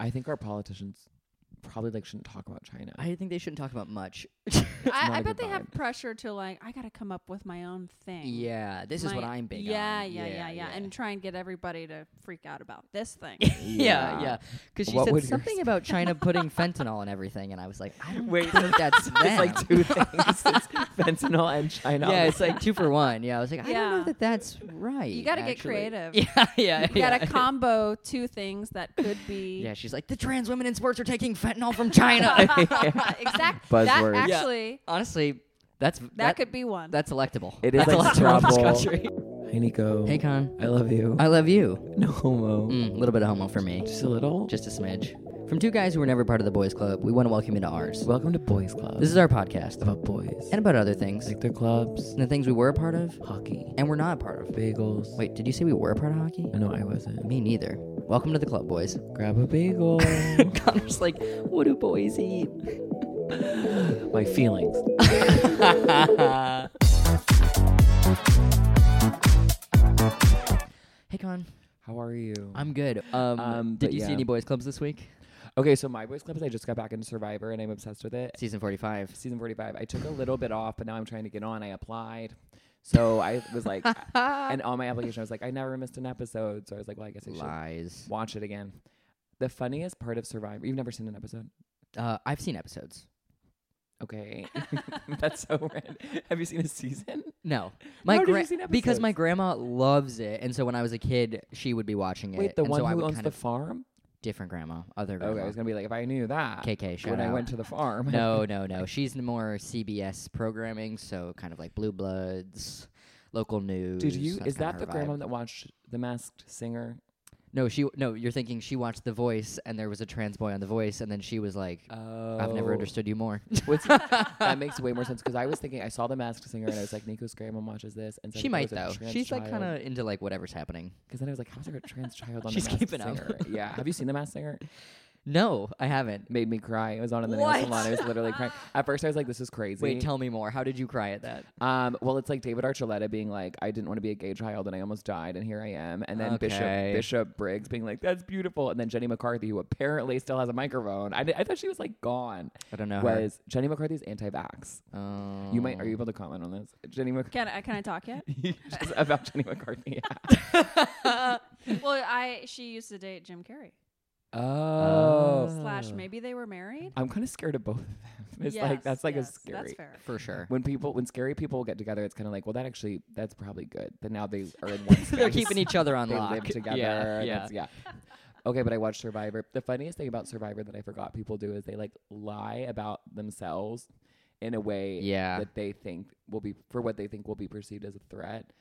I think our politicians probably like shouldn't talk about China. I think they shouldn't talk about much. not I, a I bet good they have vibe. pressure to like I got to come up with my own thing. yeah, this is what My- I'm big yeah, on. Yeah, yeah, yeah, and try and get everybody to freak out about this thing. yeah, yeah. Because she What would said your something about China putting fentanyl and everything, and I was like, I don't Wait, think that's them. It's like two things. It's fentanyl and China. yeah, it's like two for one. Yeah, I was like, I don't know Yeah. that that's right. you got to get actually. creative. Yeah, yeah. You got yeah. to combo two things that could be Yeah, she's like the trans women in sports are taking fentanyl from China. exactly. That Buzzwords. Yeah. actually Honestly, that's that, that, could be one. that's electable. It is that's like electable in this trouble. country. Hey Nico. Hey, Con. I love you. I love you. no homo. A little bit of homo for me, Just a little. just a smidge. From two guys who were never part of the boys' club, we want to welcome you to ours. welcome to Boys Club. This is our podcast about boys. and about other things, like their clubs, and the things we were a part of hockey, and we're not a part of. bagels. Wait, did you say we were a part of hockey? no, I wasn't. Me neither. Welcome to the club, boys. Grab a bagel. Connor's like, what do boys eat? My feelings. Hey, Con. How are you? I'm good. Um, Um, did but you yeah. see any boys' clubs this week? okay, so my Boys Club is I just got back into Survivor and I'm obsessed with it. Season 45. Season 45. I took a little bit off, but now I'm trying to get on. I applied. So I was like, Ah. and on my application, I was like, I never missed an episode. So I was like, well, I guess I should Lies. watch it again. The funniest part of Survivor, you've never seen an episode? Uh, I've seen episodes. Okay. That's so random. Have you seen a season? No, my How did you gra- see the because my episodes? grandma loves it, and so when I was a kid, she would be watching it. Wait, the and one so I who would owns kind the of farm? different grandma, other grandma. Okay, I was gonna be like, if I knew that KK, shout when I out. went to the farm. no, no, no. She's n- more CBS programming, so kind of like Blue Bloods, local news. Did you? that's Is kinda that her the grandma vibe. that watched The Masked Singer? No, she. No, you're thinking she watched The Voice, and there was a trans boy on The Voice, and then she was like, Oh, "I've never understood you more." What's, that makes way more sense because I was thinking I saw The Masked Singer and I was like, Nico's grandma watches this, and she might though. She's like kind of into like whatever's happening. Because then I was like, how's there a trans child on She's The Masked keeping up. Singer? yeah. Have you seen The Masked Singer? No, I haven't. Made me cry. It was on in the nail salon. I was literally crying. At first, I was like, this is crazy. Wait, tell me more. How did you cry at that? Um, well, it's like David Archuleta being like, I didn't want to be a gay child and I almost died and here I am. And then Okay. Bishop Bishop Briggs being like, that's beautiful. And then Jenny McCarthy, who apparently still has a microphone. I, di- I thought she was like gone. I don't know. her. Was Jenny McCarthy's anti-vax? You might Oh. Mm. are you able to comment on this, Jenny McCarthy? can I can I talk yet? about Jenny McCarthy. yeah. well, I she used to date Jim Carrey. Oh, Slash, maybe they were married. I'm kind of scared of both of them. It's like Yes, that's like yes, a scary. That's fair. for sure. When people, when scary people get together, it's kind of like, well, that actually, that's probably good. But now they are in one. They're space. keeping each other on they lock. live together. Yeah, and yeah. it's- yeah. Okay, but I watched Survivor. The funniest thing about Survivor that I forgot people do is they like lie about themselves in a way Yeah. that they think will be for what they think will be perceived as a threat.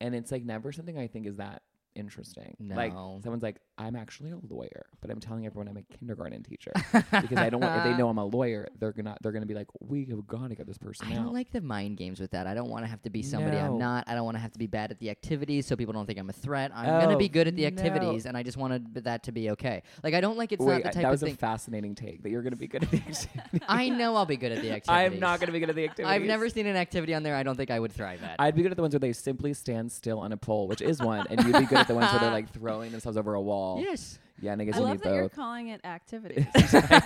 And it's like never something I think is that interesting. Like No. someone's like, I'm actually a lawyer, but I'm telling everyone I'm a kindergarten teacher because I don't want if they know I'm a lawyer, they're gonna they're gonna be like, We have got to get this person I out. don't like the mind games with that. I don't want to have to be somebody I'm No. not. I don't want to have to be bad at the activities so people don't think I'm a threat. I'm gonna be Oh, good at the no. activities, and I just wanted that to be okay. Like I don't like it's Wait, not the type that was of a thing. fascinating take that you're gonna be good at the activity. I know I'll be good at the activities. I'm not gonna be good at the activity. I've never seen an activity on there. I don't think I would thrive at. I'd be good at the ones where they simply stand still on a pole, which is one, and you'd be good at the ones where they're like throwing themselves over a wall. yes. Yeah, and I guess I you love need that you're both. calling it activities.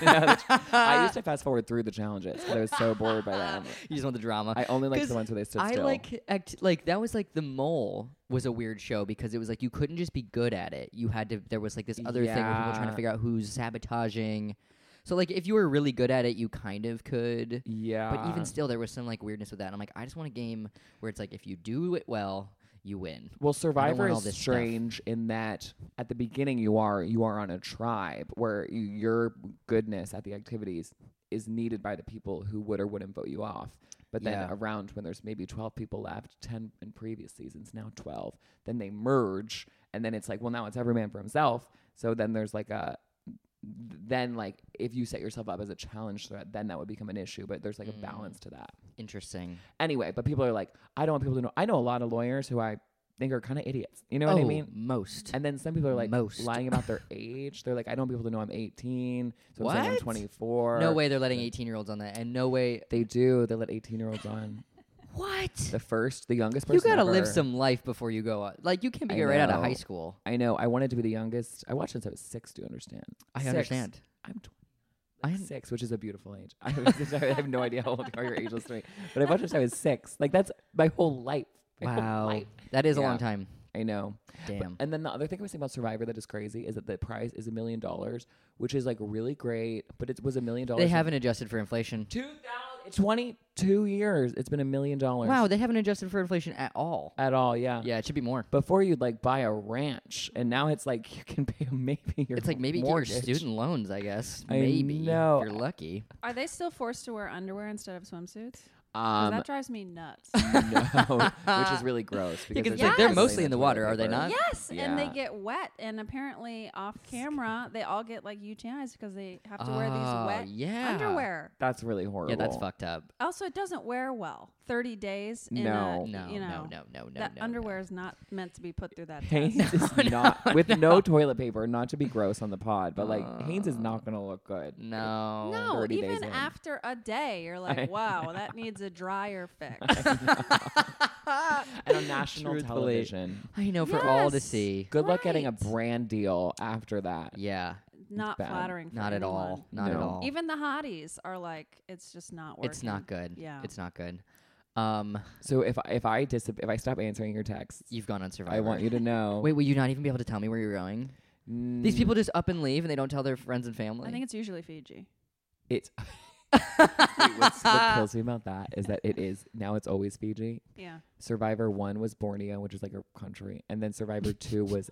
I used to fast forward through the challenges because I was so bored by them. You just want the drama. I only liked 'Cause the ones where they stood I still. like act- like that was like the mole was a weird show because it was like you couldn't just be good at it. You had to there was like this other thing where people trying to Yeah. figure out who's sabotaging. So like if you were really good at it, you kind of could. yeah, But even still there was some like weirdness with that. And I'm like I just want a game where it's like if you do it well, you win. well, Survivor want all is this stuff. strange in that at the beginning you are you are on a tribe where you, your goodness at the activities is needed by the people who would or wouldn't vote you off. But then Yeah. around when there's maybe 12 people left, 10 in previous seasons, now 12, then they merge. And then it's like, well, now it's every man for himself. So then there's like a, then like if you set yourself up as a challenge threat, then that would become an issue. But there's like Mm. a balance to that. Interesting. Anyway, but people are like, I don't want people to know. I know a lot of lawyers who I think are kind of idiots. You know what I Oh, mean? Most. And then some people are like Most. lying about their age. They're like, I don't want people to know I'm 18. So I'm saying I'm What? 24. No way they're letting 18 year olds on that, and no way. They do. They let 18 year olds on. What? The first, the youngest person. You gotta live ever. some life before you go. out. Like you can't be I right out of know. high school. I know. I wanted to be the youngest. I watched since I was six. Do you understand? I Six. understand. I'm tw- I I'm six, which is a beautiful age. I have, I have no idea how old you are. Your age is three, but I watched since I was six. Like that's my whole life. My whole wow, life. that is a long Yeah. time. I know. Damn. And then the other thing I was thinking about Survivor that is crazy is that the prize is a million dollars, which is like really great, but it was a million dollars. They in haven't adjusted for inflation. 22 years. It's been a million dollars. Wow, they haven't adjusted for inflation at all. At all, yeah. Yeah, it should be more. Before you'd like buy a ranch, and now it's like you can pay maybe your It's like maybe get your mortgage. student loans, I guess. I Maybe know. if you're lucky. Are they still forced to wear underwear instead of swimsuits? 'Cause Um, that drives me nuts. no, which is really gross because because it's like, like they're literally mostly in the water, toilet are they paper. not? yes, and they Yeah. get wet. And apparently, off camera, they all get like UTIs because they have to wear Oh, these wet yeah. underwear. That's really horrible. Yeah, that's fucked up. Also, it doesn't wear well. Thirty days. In No. a, No, you know, no, no, no, no. that no, underwear is not meant to be put through that. Haynes test. is not with no. toilet paper, not to be gross on the pod, but like Haynes Uh, is not gonna look good. No. No, 30 days even in. after a day, you're like, wow, that needs a dryer fix. And on national Truthfully. television. I know for all to Yes. see. Good luck getting a Right. brand deal after that. Yeah, Not bad. flattering. For not at all. anyone. Not at No. all. Even the hotties are like, it's just not working. it's not good. Yeah. it's not good. Um, So if I- if I dis- if I stop answering your texts, you've gone on Survivor. I want you to know. Wait, will you not even be able to tell me where you're going? These Mm, people just up and leave, and they don't tell their friends and family. I think it's usually Fiji. It's. Wait, what's, what kills me about that is that it is now it's always Fiji. Yeah. Survivor one was Borneo, which is like a country, and then Survivor two was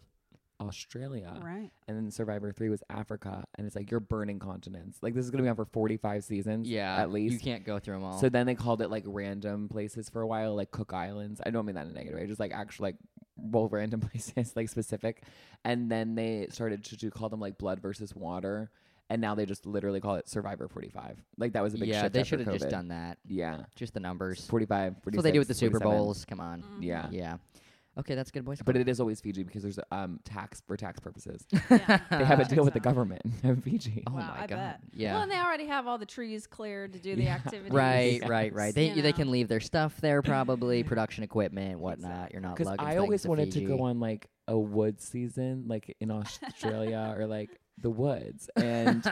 Australia, Right. and then Survivor three was Africa, and it's like you're burning continents. Like this is gonna be on for 45 seasons, yeah, at you least. can't go through them all. So then they called it like random places for a while, like Cook Islands. I don't mean that in a negative way, just like actual like well random places, like specific. And then they started to do call them like blood versus water. And now they just literally call it Survivor 45. Like that was a big yeah, shift they after should have just COVID. done that. Yeah. Just the numbers. 45, 46, That's what they do with the Super 47. Bowls. Come on. Mm. Yeah. Yeah. Okay, that's good boys. But it is always Fiji because there's um tax for tax purposes. Mm-hmm. Yeah. They have a Checks deal with the out. government in Fiji. oh Wow, my I god. bet. Yeah. Well, and they already have all the trees cleared to do the Yeah. activities. Right, Yes. right, right. They You they know. can leave their stuff there probably, production equipment, whatnot. You're not Because lugging I things always to wanted to go Fiji. on like a wood season, like in Australia or like the woods, and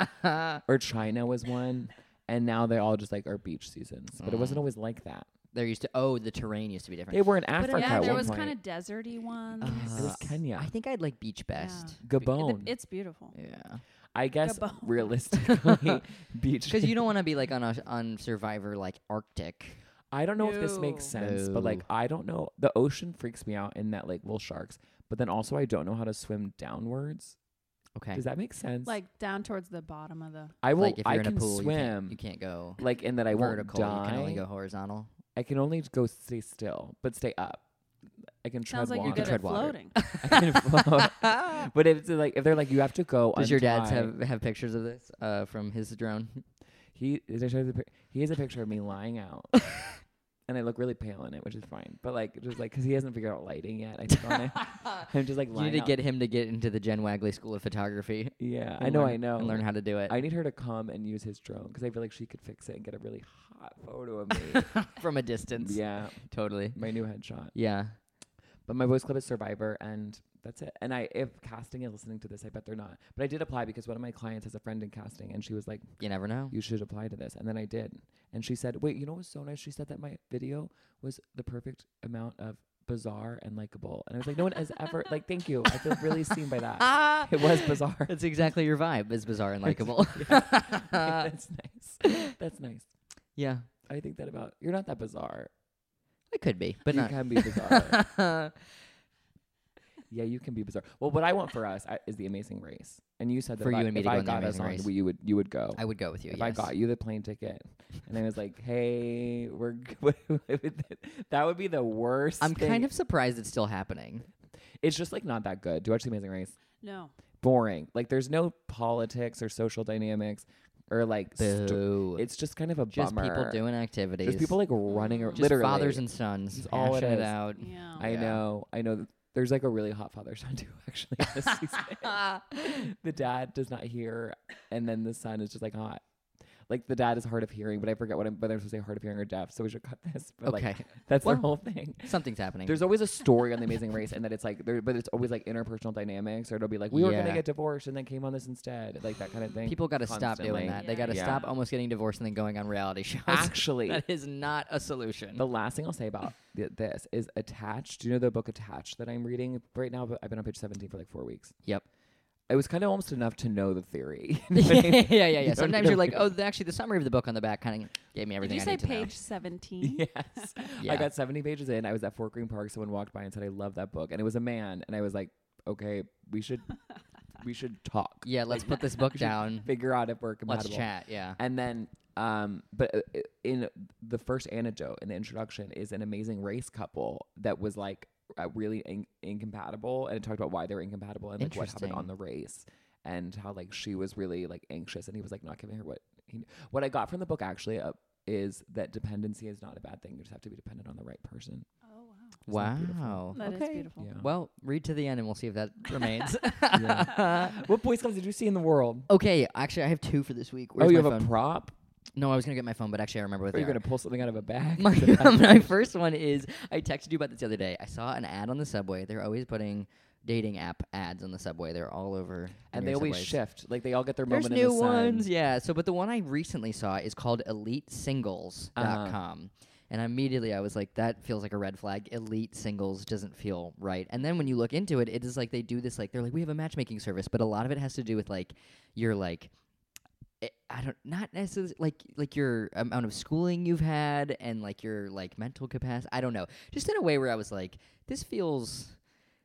or China was one, and now they all just like are beach seasons. But it Mm. wasn't always like that. There used to oh the terrain used to be different. They were in Africa But uh, yeah, at there one was point. kind of deserty ones. Uh, it was Kenya, I think I'd like beach best. It- Gabon. it's beautiful. Yeah, I guess Gabon. realistically, beach. because you don't want to be like on a, on Survivor like Arctic. I don't know if this makes No. sense, but like No. I don't know. The ocean freaks me out in that like well sharks, but then also I don't know how to swim downwards. Okay, Does that make sense? Like down towards the bottom of the. I will. like if you're I in can a pool, you swim. can't, you can't go like in that I won't vertical. die. You can only go horizontal. I can only go stay still, but stay up. I can tread Sounds like water. you're good tread at water. floating. I can float. but if it's like if they're like you have to go. Does your dad's untie- have have pictures of this uh, from his drone? He did I show you the pic- he has a picture of me lying out, and I look really pale in it, which is fine. But like just like because he hasn't figured out lighting yet, I think on it. I'm just like You lying. need to out. get him to get into the Jen Wagley School of Photography. Yeah, I and know. learn- I know. And learn how to do it I need her to come and use his drone because I feel like she could fix it and get a really hot photo of me. from a distance. yeah, Totally. my new headshot. Yeah. But my voice clip is Survivor, and that's it. And I, if casting is listening to this, I bet they're not. But I did apply because one of my clients has a friend in casting, and she was like, You never know. "You should apply to this," and then I did. And she said, "Wait, you know what's so nice?" She said that my video was the perfect amount of bizarre and likable, and I was like, "No one has ever like, thank you. I feel really seen by that. Ah, It was bizarre. that's exactly your vibe. Is bizarre and likable. that's nice. That's nice. yeah, I think that about you're not that bizarre, it could be, but you not. can be bizarre." Yeah, you can be bizarre. Well, what I want for us I- is the Amazing Race, and you said that For if you I, and me if to go I on The got us Amazing on, Race. we, you would you would go. I would go with you. if yes. I got you the plane ticket, and I was like, "Hey, we're g- what would that- that would be the worst." I'm thing. kind of surprised it's still happening. It's just like not that good. Do you watch the Amazing Race? No. Boring. Like there's no politics or social dynamics or like. st- Boo. it's just kind of a just bummer. people doing activities. Just people like running or Just Just literally fathers and sons. It's all it hashing is. out. Yeah. I Oh, Yeah. know. I know. th- There's like a really hot father son too, actually. in this season. the dad does not hear, and then the son is just like hot. like the dad is hard of hearing, but I forget what I'm, whether I'm supposed to say hard of hearing or deaf. So we should cut this. But okay, like that's their Well, whole thing. something's happening. There's always a story on The Amazing Race, and that it's like, there, but it's always like interpersonal dynamics, or it'll be like, we were Yeah. gonna get divorced, and then came on this instead, like that kind of thing. People got to stop constantly. doing that. They Yeah. got to Yeah. stop almost getting divorced and then going on reality shows. Actually, that is not a solution. The last thing I'll say about th- this is Attached. Do you know the book Attached that I'm reading right now? But I've been on page 17 for like four weeks. Yep. It was kind of almost enough to know the theory. You know what I yeah, mean? yeah, yeah. yeah. don't Sometimes know you're like, oh, th- actually, the summary of the book on the back kind of gave me Did everything. you say I need to know." page 17? Yes. Yeah. I got 70 pages in. I was at Fort Greene Park. Someone walked by and said, I love that book. And it was a man. And I was like, okay, we should, we should talk, Yeah, let's put this book down. figure out if we're compatible. Let's chat. Yeah. And then, um, but uh, uh, in the first anecdote in the introduction is an amazing race couple that was like uh, really in- incompatible, and it talked about why they were incompatible and like what happened on Interesting. the race, and how like she was really like anxious, and he was like not giving her what he. What I got from the book actually uh, is that dependency is not a bad thing. You just have to be dependent on the right person. Oh, wow. Isn't that beautiful? Wow. that is Okay. beautiful. Yeah. Well, read to the end and we'll see if that remains. what boy scouts did you see in the world? okay, actually, I have two for this week. Where's oh, you my have phone? a prop? no, I was gonna get my phone, but actually, I remember what Or they you're are. gonna pull something out of a bag? My, Is that- my first one is I texted you about this the other day. I saw an ad on the subway. They're always putting dating app ads on the subway. They're all over. the and New they York always subways. shift. Like they all get their There's moment in new the sun. ones, yeah. So, but the one I recently saw is called Uh-huh. EliteSingles.com. And immediately I was like, that feels like a red flag. Elite singles doesn't feel right. And then when you look into it, it is like they do this, like, they're like, we have a matchmaking service, but a lot of it has to do with, like, your, like, I- I don't not necessarily like like your amount of schooling you've had and like your like mental capacity. I don't know. Just in a way where I was like, this feels,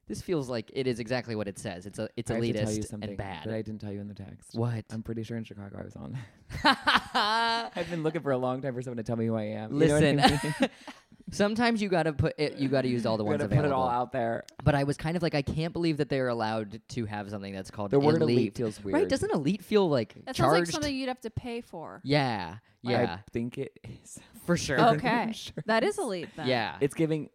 this feels like it is exactly what it says. It's a it's I have to tell you elitist something and bad. that I didn't tell you in the text. what? I'm pretty sure in Chicago I was on. that. Listen, I've been looking for a long time for someone to tell me who I am. You know what I mean? sometimes you gotta put it, you gotta use all the We're ones gonna available. put it all out there. But I was kind of like, I can't believe that they're allowed to have something that's called The word elite. elite feels weird. Right? Doesn't elite feel like That sounds charged? like something you'd have to pay for. yeah, yeah, I think it is. for sure. I'm Okay. sure. That is elite then. Yeah, It's giving.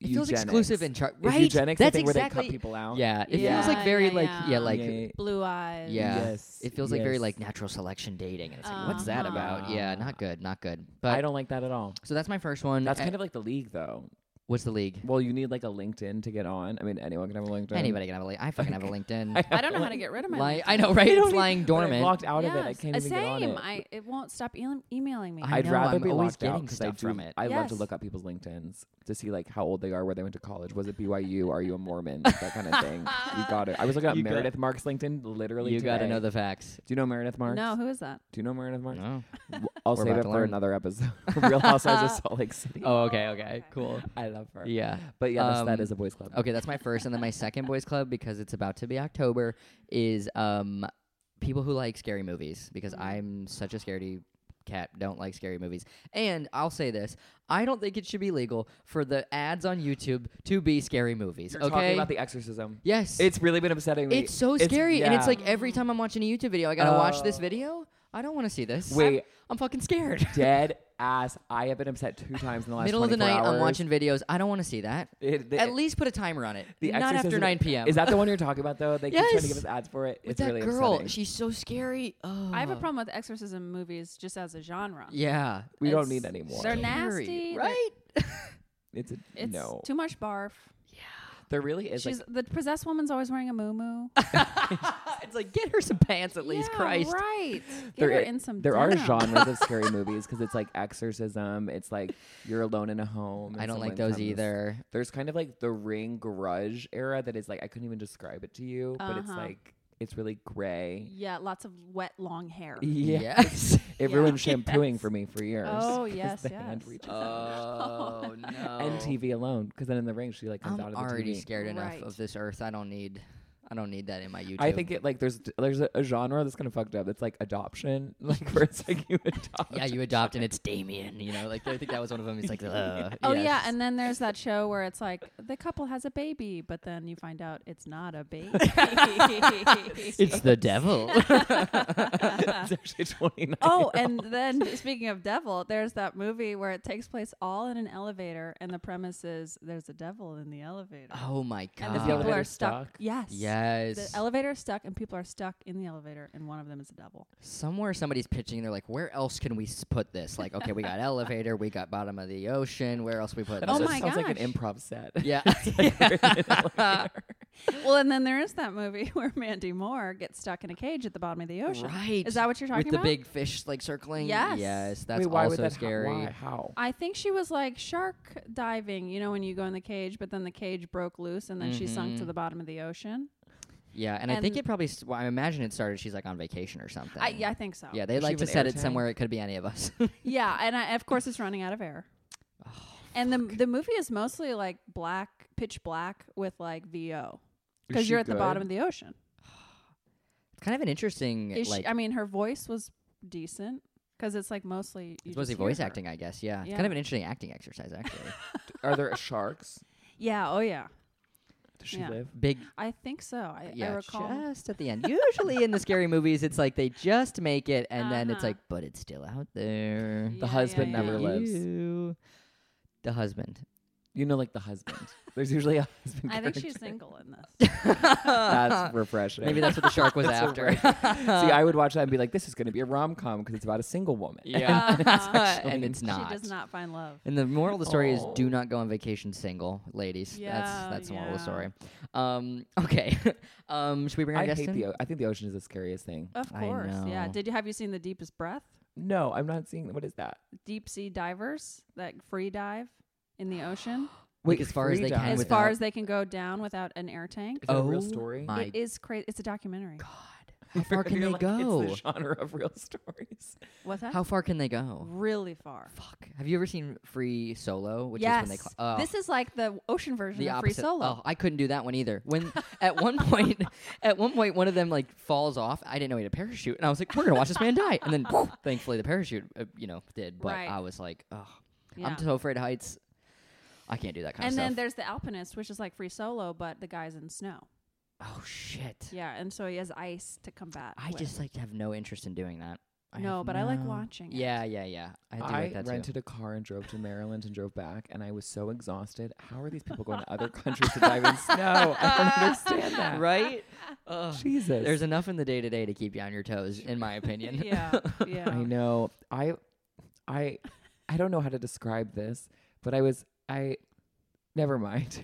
it feels eugenics. exclusive and charged. Is Right? Eugenics the that's thing exactly. where they cut people out. Yeah, it Yeah, feels like very yeah, like yeah, yeah. like Yeah. Blue eyes. Yeah. Yes. it feels like very yes. like natural selection dating, and it's like, what's that about? Yeah, Uh-huh. not good, not good. But eh, I don't like that at all. so that's my first one. That's A- kind of like the league, though. what's the league? Well, you need like a LinkedIn to get on. I mean, anyone can have a LinkedIn. Anybody can have a link. I fucking have a LinkedIn. I don't know how to get rid of my Ly- LinkedIn. I know, right? I don't It's e- lying when I dormant. locked out of it. I Yes. can't Uh, even Same. get on it. I, it won't stop e- emailing me. I I'd know, rather I'm be always locked out getting because I do. stuff from it. I love to Yes. look up people's LinkedIn's to see like how old they are, where they went to college. Was it BYU? are you a Mormon? That kind of thing. You got it. I was looking up You got- Meredith Marks LinkedIn literally. you got to today. know the facts. Do you know Meredith Marks? No, who is that? Do you know Meredith Marks? No. W- I'll We're save about it to for learn. another episode. Real Housewives of Salt Lake City. Oh, okay, okay, cool. I love her. Yeah. But yeah, that's, that Um, is a boys' club. Okay, that's my first, and then my second boys club because it's about to be October is um people who like scary movies because Mm-hmm. I'm such a scaredy cat don't like scary movies and i'll say this i don't think it should be legal for the ads on youtube to be scary movies You're okay talking about the exorcism. yes It's really been upsetting me. It's so scary, and it's yeah. like every time I'm watching a YouTube video, I gotta watch this Oh. video. I don't want to see this. Wait. I'm, I'm fucking scared. dead ass. I have been upset two times in the last Middle of the 24 night, I'm hours. watching videos. I don't want to see that. It- the- At least put a timer on it. The Not after Exorcism- 9 p.m. Is that the one you're talking about though? They keep trying to give Yes. us ads for it. With it's that really girl, upsetting. she's so scary. Oh. I have a problem with exorcism movies just as a genre. Yeah, we don't it's need any more. They're scary, nasty. They're- right? It's a It's no. too much barf. there really is. She's like, the possessed woman's always wearing a muumuu. Uh, it's like get her some pants at least, yeah, Christ. Right. Get There her i- in some there are denim. genres of scary movies because it's like exorcism. It's like you're alone in a home. I and don't like someone those comes- either. There's kind of like the Ring Grudge era that is like I couldn't even describe it to you, but it's Uh-huh. like it's really gray. Yeah, lots of wet long hair. Yeah. Yes. It Yeah. ruined shampooing Yes. for me for years. Oh 'cause yes, the yes. hand reaches out. oh no. And TV alone, because then in the ring she like comes I'm out of the already TV. scared enough Right. of this earth. I don't need. I don't need that in my YouTube. I think it like there's there's a, a genre that's kind of fucked up. It's like adoption, like where it's like you adopt. Yeah, you adopt and it's Damien. You know, like I think that was one of them. He's like, Ugh, Oh yeah, yes. and then there's that show where it's like the couple has a baby, but then you find out it's not a baby. it's the devil. it's actually 29. oh, and then speaking of devil, there's that movie where it takes place all in an elevator, and the premise is there's a devil in the elevator, oh my and the Ah. people god. elevator are stuck. stuck? Yes. The Yes. elevator is stuck, and people are stuck in the elevator, and one of them is the devil. Somewhere somebody's pitching. They're like, where else can we s- put this? Like, okay, we got elevator, we got bottom of the ocean. Where else we put? That Oh this? also my sounds like gosh. an improv set. Yeah. It's like we're in an elevator. Well, and then there is that movie where Mandy Moore gets stuck in a cage at the bottom of the ocean. Right. Is that what you're talking With the about? big fish like circling. Yes. Yes. That's Wait, why also would that ha- scary. why? How? I think she was like shark diving, you know, when you go in the cage, but then the cage broke loose and then she sunk to Mhm. the bottom of the ocean. Yeah, and, I think And- it probably. s- Well, I imagine it started. She's like on vacation or something. I, yeah, I think so. Yeah, they Does she like to have an set air it tank? somewhere. It could be any of us. Yeah, and I, of course it's running out of air. Oh, and the the movie is mostly like black, pitch black with like VO because you're at the bottom of the ocean. kind of an interesting. Is like, she, I mean, her voice was decent because it's like mostly you it's mostly just hear voice her. acting, I guess. Yeah. it's Yeah. kind of an interesting acting exercise, actually. Are there sharks? Yeah. Oh yeah. Does she Yeah. live? Big. I think so. I, I Yeah, recall. just at the end. Usually in the scary movies, it's like they just make it, and then it's Uh-huh. like, but it's still out there. Yeah, The husband yeah, never yeah. lives. You- The husband. You know, like the husband. There's usually a husband. I think she's character. single in this. That's refreshing. Maybe that's what the shark was That's after. See, I would watch that and be like, "This is going to be a rom com because it's about a single woman." yeah, Uh-huh. and it's not. She does not find love. And the moral of the story Oh. is do not go on vacation single, ladies. Yeah, that's that's the moral of the yeah. story. Um, okay. um, should we bring our I guest hate in? the. o- I think the ocean is the scariest thing. Of I course. Yeah. know. Did you have you seen the deepest breath? No, I'm not seeing. What is that? Deep sea divers that free dive in the ocean Like, as far as they free dive. can And as Is with- far without- as they can go down without an air tank. that a real Oh story? my it is crazy. It's a documentary. god. How far can You're they like, go? It's the genre of real stories. What's that? How far can they go? really far. Fuck. Have you ever seen Free Solo? Which yes. is when they cl- oh, this is like the ocean version the of opposite. free solo. Oh, I couldn't do that one either. When at one point, at one point, one of them like falls off. I didn't know he had a parachute, and I was like, "We're gonna watch this man die." And then, thankfully, the parachute, uh, you know, did. But Right. I was like, "Oh, Yeah. I'm so afraid of heights. I can't do that kind and of then stuff." there's the alpinist, which is like free solo, but the guy's in snow. oh shit! Yeah, and so he has ice to combat. I with. just like have no interest in doing that. I no, have but I like no- watching. it. Yeah, yeah, yeah. I do I like that too. rented a car and drove to Maryland and drove back, and I was so exhausted. How are these people going to other countries to dive in snow? I don't understand that. right? Ugh. Jesus. There's enough in the day to day to keep you on your toes, in my opinion. yeah, yeah. I know. I, I, I don't know how to describe this, but I was I. Never mind.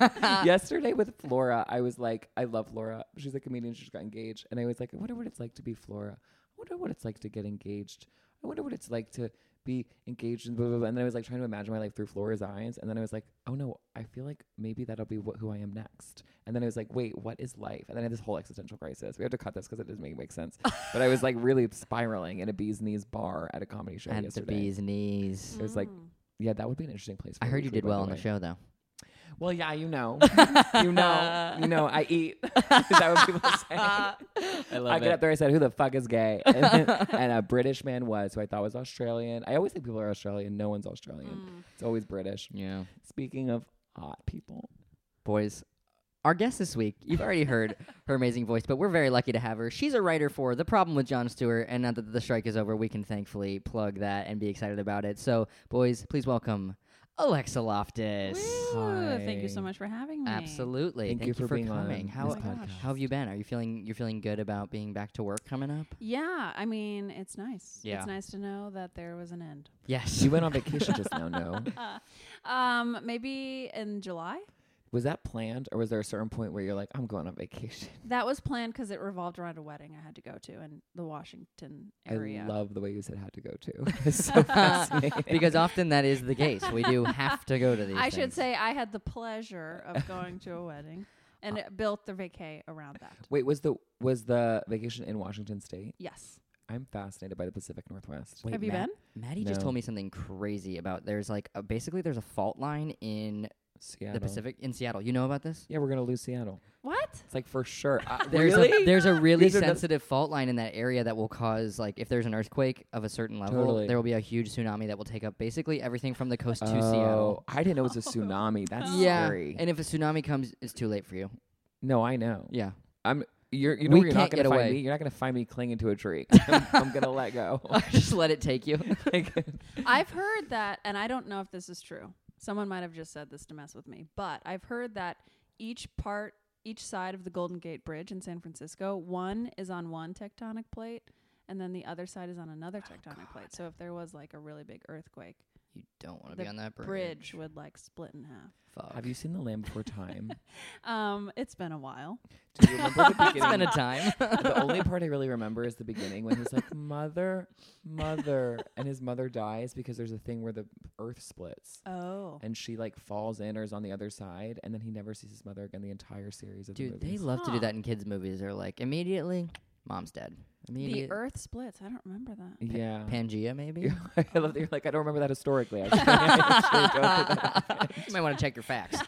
Uh, Yesterday with Flora, I was like, I love Flora. She's a comedian. She just got engaged, and I was like, I wonder what it's like to be Flora. I wonder what it's like to get engaged. I wonder what it's like to be engaged and blah blah. blah. And then I was like trying to imagine my life through Flora's eyes, and then I was like, oh no, I feel like maybe that'll be what, who I am next. And then I was like, wait, what is life? And then I had this whole existential crisis. We have to cut this because it doesn't make, make sense. but I was like really spiraling in a bee's knees bar at a comedy show At the yesterday. bee's knees. It was like, Mm. yeah, that would be an interesting place. I for a heard you weekly, did by well on the way. show, though. Well, yeah, you know, you know, you know, I eat. is that what people say? I I get up there. I said, "Who the fuck is gay?" and, a British man was, who I thought was Australian. I always think people are Australian. No one's Australian. Mm. It's always British. Yeah. Speaking of hot people, Boys, our guest this week, you've already heard her amazing voice, but we're very lucky to have her. She's a writer for The Problem with John Stewart, and now that the strike is over, we can thankfully plug that and be excited about it. So, boys, please welcome Alexa Loftus. Woo, Thank you so Hi. much for having me. Absolutely. Thank you for being on coming. this how, podcast. how have you been? Are you feeling you're feeling good about being back to work coming up? Yeah, I mean, it's nice. Yeah. It's nice to know that there was an end. Uh, Yes. you went on vacation just now. No, Um, maybe in July? was that planned, or was there a certain point where you're like, "I'm going on vacation"? That was planned because it revolved around a wedding I had to go to in the Washington area. I love the way you said "had to go to." it's so fascinating. because often that is the case. We do have to go to these. I should things. say I had the pleasure of going to a wedding Uh, and it built the vacay around that. Wait, was the was the vacation in Washington State? Yes. I'm fascinated by the Pacific Northwest. Wait, Have you Ma- been? Maddie just No. told me something crazy about there's like a, basically there's a fault line in Seattle. the Pacific in Seattle. You know about this? Yeah, we're gonna lose Seattle. What? It's like for sure. Uh, I- There's really? a there's a really These are the- sensitive fault line in that area that will cause like if there's an earthquake of a certain level, Totally. there will be a huge tsunami that will take up basically everything from the coast to Oh, Seattle. I didn't know it was a tsunami. That's Yeah, scary. and if a tsunami comes, it's too late for you. no, I know. Yeah, I'm. You're. You know We where you're not can't gonna get find away. me. You're not gonna find me clinging to a tree. I'm, I'm gonna let go. just let it take you. Like, I've heard that, and I don't know if this is true. Someone might have just said this to mess with me, but I've heard that each part, each side of the Golden Gate Bridge in San Francisco. One is on one tectonic plate, and then the other side is on another tectonic plate. So if there was like a really big earthquake, You don't want to The be on that bridge bridge. would like split in half. Fuck. Have you seen The Land Before Time? Um, it's been a while. Do you remember the beginning? It's been a time. the only part I really remember is the beginning when he's like, "Mother, mother," and his mother dies because there's a thing where the earth splits, Oh, and she like falls in or is on the other side, and then he never sees his mother again the entire series of Dude, the they movies. love to do Huh. that in kids' movies. They're like, immediately, mom's dead. Immediate, the Earth splits. I don't remember that. yeah. Pangea, maybe? I love that you're like, I don't remember that historically. I actually don't think that you might want to check your facts.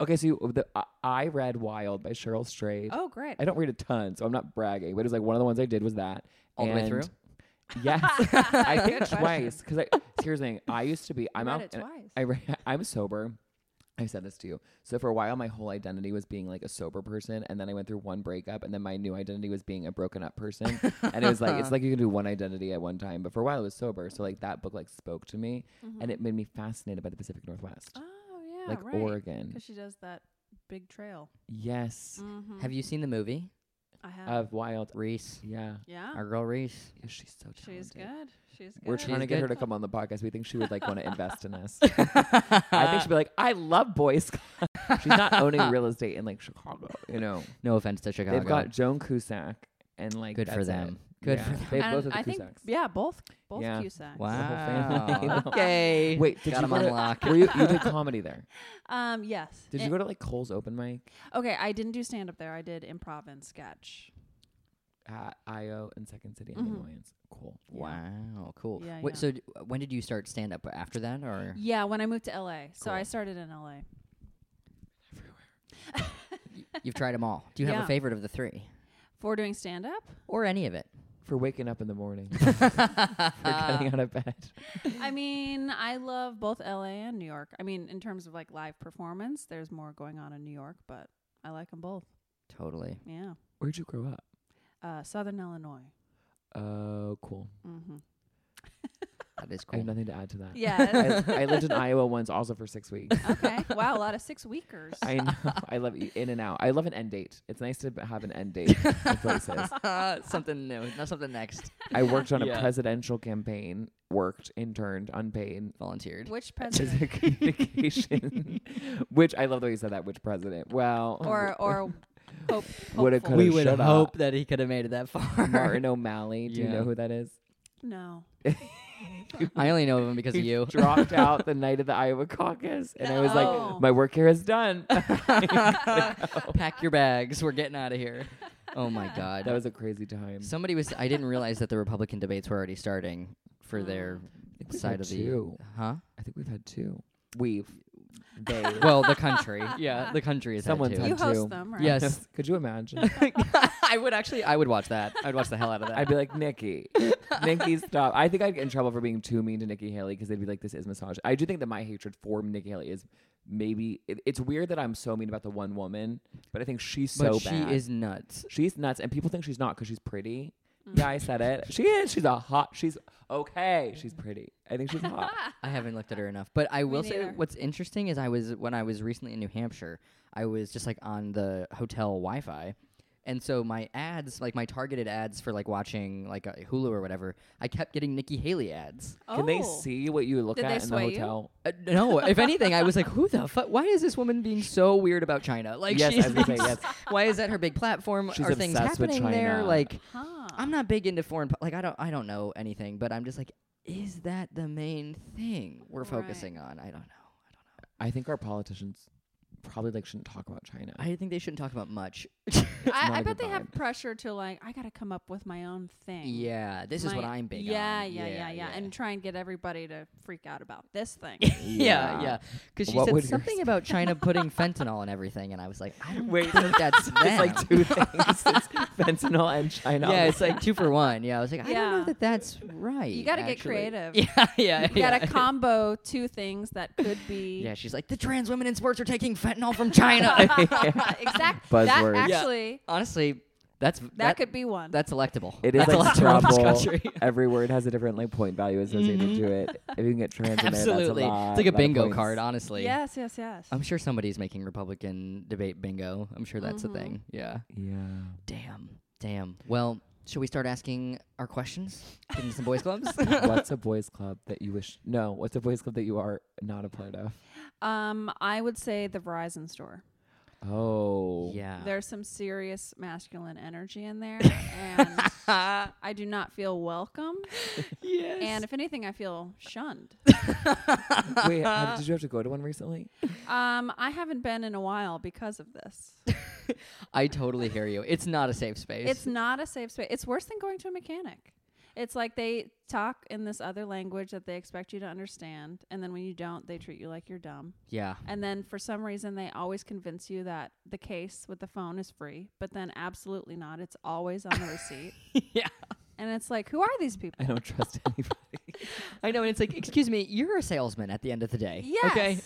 Okay, so you, the, I- I read Wild by Cheryl Strait. Oh, great. I don't read a ton, so I'm not bragging, but it was like one of the ones I did was that. All the way And- through? Yes, I think Good question. twice. Because I here's the thing: I used to be. I'm read out. it and twice. I re- I'm sober. I said this to you. So for a while, my whole identity was being like a sober person, and then I went through one breakup, and then my new identity was being a broken up person. and it was like it's like you can do one identity at one time, but for a while it was sober. So like that book like spoke to me, and it made me fascinated by the Pacific Northwest, Mm-hmm. oh yeah, like right. Oregon. Because she does that big trail. Yes, Mhm. Have you seen the movie? I have. of Wild. Reese. Yeah, yeah, Our girl Reese. Oh, Yeah, she's so talented. Oh. she's good. She's good. We're trying to She's get her good. to come on the podcast. We think she would like want to invest in us. I I think she'd be like, I love Boy Scouts. She's not owning real estate in like Chicago, you know. no offense to Chicago. They've got Joan Cusack and like Good for that's it. them. Good Yeah. for them. They And both are the I think Cusacks. yeah, both both Yeah. Cusacks. family. Wow. okay. Wait, did you got them go on to- lock. Were you, you did comedy there? Um, yes. Did Eh, you go to like Cole's open mic okay, I didn't do stand up there. I did improv and sketch. at IO and Second City and Mhm. the Alliance? Cool. Wow, cool. Yeah, Wait, yeah. so d- when did you start stand up? After that, or Yeah, when I moved to LA. So I Cool. started in LA. you've tried them all? Do you have Yeah. a favorite of the three, For doing stand up? or any of it? For waking up in the morning. for Uh, getting out of bed. I mean, I love both LA and New York. I mean, in terms of like live performance, there's more going on in New York, but I like them both. Totally. Yeah. Where'd you grow up? Uh, Southern Illinois. Oh, cool. Mm-hmm. That is I have cool. nothing to add to that. Yeah. I, I lived in Iowa once also for six weeks. okay. Wow, a lot of six weekers. I know. I love you in and out. I love an end date. It's nice to b- have an end date of places. something new, not something next. I worked on a Yeah. presidential campaign, worked, interned, unpaid. Volunteered. Which As president? a communication, which I love the way you said that. Which president? Well, or or hope, Woulda, hopeful. coulda, We would shut hope up. that he could have made it that far. Martin O'Malley. Do you Yeah. know who that is? No. I only know of him because of He you. dropped out the night of the Iowa caucus, and I was No. like, my work here is done. Pack your bags. We're getting out of here. Oh my god. that was a crazy time. Somebody was. I didn't realize that the Republican debates were already starting for their I think we've side had of the. two. Huh? I think we've had two. We've. They. well, the country. Yeah, the country is Someone's had had two. You host too. them, right? Yes, Could you imagine? I would actually. I would watch that. I'd watch the hell out of that. I'd be like, Nikki, Nikki, stop. I think I'd get in trouble for being too mean to Nikki Haley because they'd be like, this is massage. I do think that my hatred for Nikki Haley is maybe, it, it's weird that I'm so mean about the one woman, but I think she's but so she bad. is nuts. she's nuts, and people think she's not because she's pretty. Mm. Yeah, I said it. She is. She's a hot. She's okay. She's pretty. I think she's hot. I haven't looked at her enough, but I will say neither. what's interesting is I was when I was recently in New Hampshire, I was just like on the hotel Wi-Fi, and so my ads, like my targeted ads for like watching like uh, Hulu or whatever, I kept getting Nikki Haley ads. Oh. Can they see what you look Did they at in the sway you? hotel? Uh, no, if anything, I was like, who the fuck? Why is this woman being so weird about China? Like, Yes, she's I was gonna say, yes. why is that her big platform? She's Are things obsessed with happening there? China. Like, Huh. I'm not big into foreign. po- Like, I don't, I don't know anything, but I'm just like, is that the main thing we're Right. focusing on? I don't know. I think our politicians probably like shouldn't talk about China. I think they shouldn't talk about much. not I, I a bet good they have vibe. pressure to like. I got to come up with my own thing. yeah, this is what My- I'm big yeah, on. Yeah, yeah, yeah, and try and get everybody to freak out about this thing. yeah, Yeah. yeah. Because she What would yours said something be? about China putting fentanyl and everything, and I was like, I don't Wait, think that's them. it's like two things: it's fentanyl and China. yeah, it's like two for one. Yeah, I was like, I don't Yeah. know that that's right. you got to get actually. creative. Yeah, yeah. You got yeah. to combo two things that could be. Yeah, she's like the trans women in sports are taking fentanyl from China. exactly. That Buzzwords. actually. Honestly, That's that, That, could be one. that's electable. It is that's like electable in this Scrabble. country. Every word has a different like point value associated Mhm. to it. If you can get trans in there, that's a Absolutely. lot, it's like a lot of bingo points. card, honestly. yes, yes, yes. I'm sure somebody's making Republican debate bingo. I'm sure that's Mhm. a thing. Yeah. Yeah. Damn. Damn. Well, should we start asking our questions? Get into some boys clubs? what's a boys' club that you wish? No, what's a boys' club that you are not a part of? um, I would say the Verizon store. Oh, yeah. There's some serious masculine energy in there, and yes. I do not feel welcome. And if anything, I feel shunned. Wait, have- did you have to go to one recently? Um, I haven't been in a while because of this. I totally hear you. It's not a safe space. It's not a safe space. It's worse than going to a mechanic. It's like they talk in this other language that they expect you to understand, and then when you don't, they treat you like you're dumb. yeah. And then for some reason, they always convince you that the case with the phone is free, but then absolutely not. It's always on the receipt. yeah. And it's like, who are these people? I don't trust anybody. I know. And it's like, excuse me, you're a salesman at the end of the day. Yes. Okay.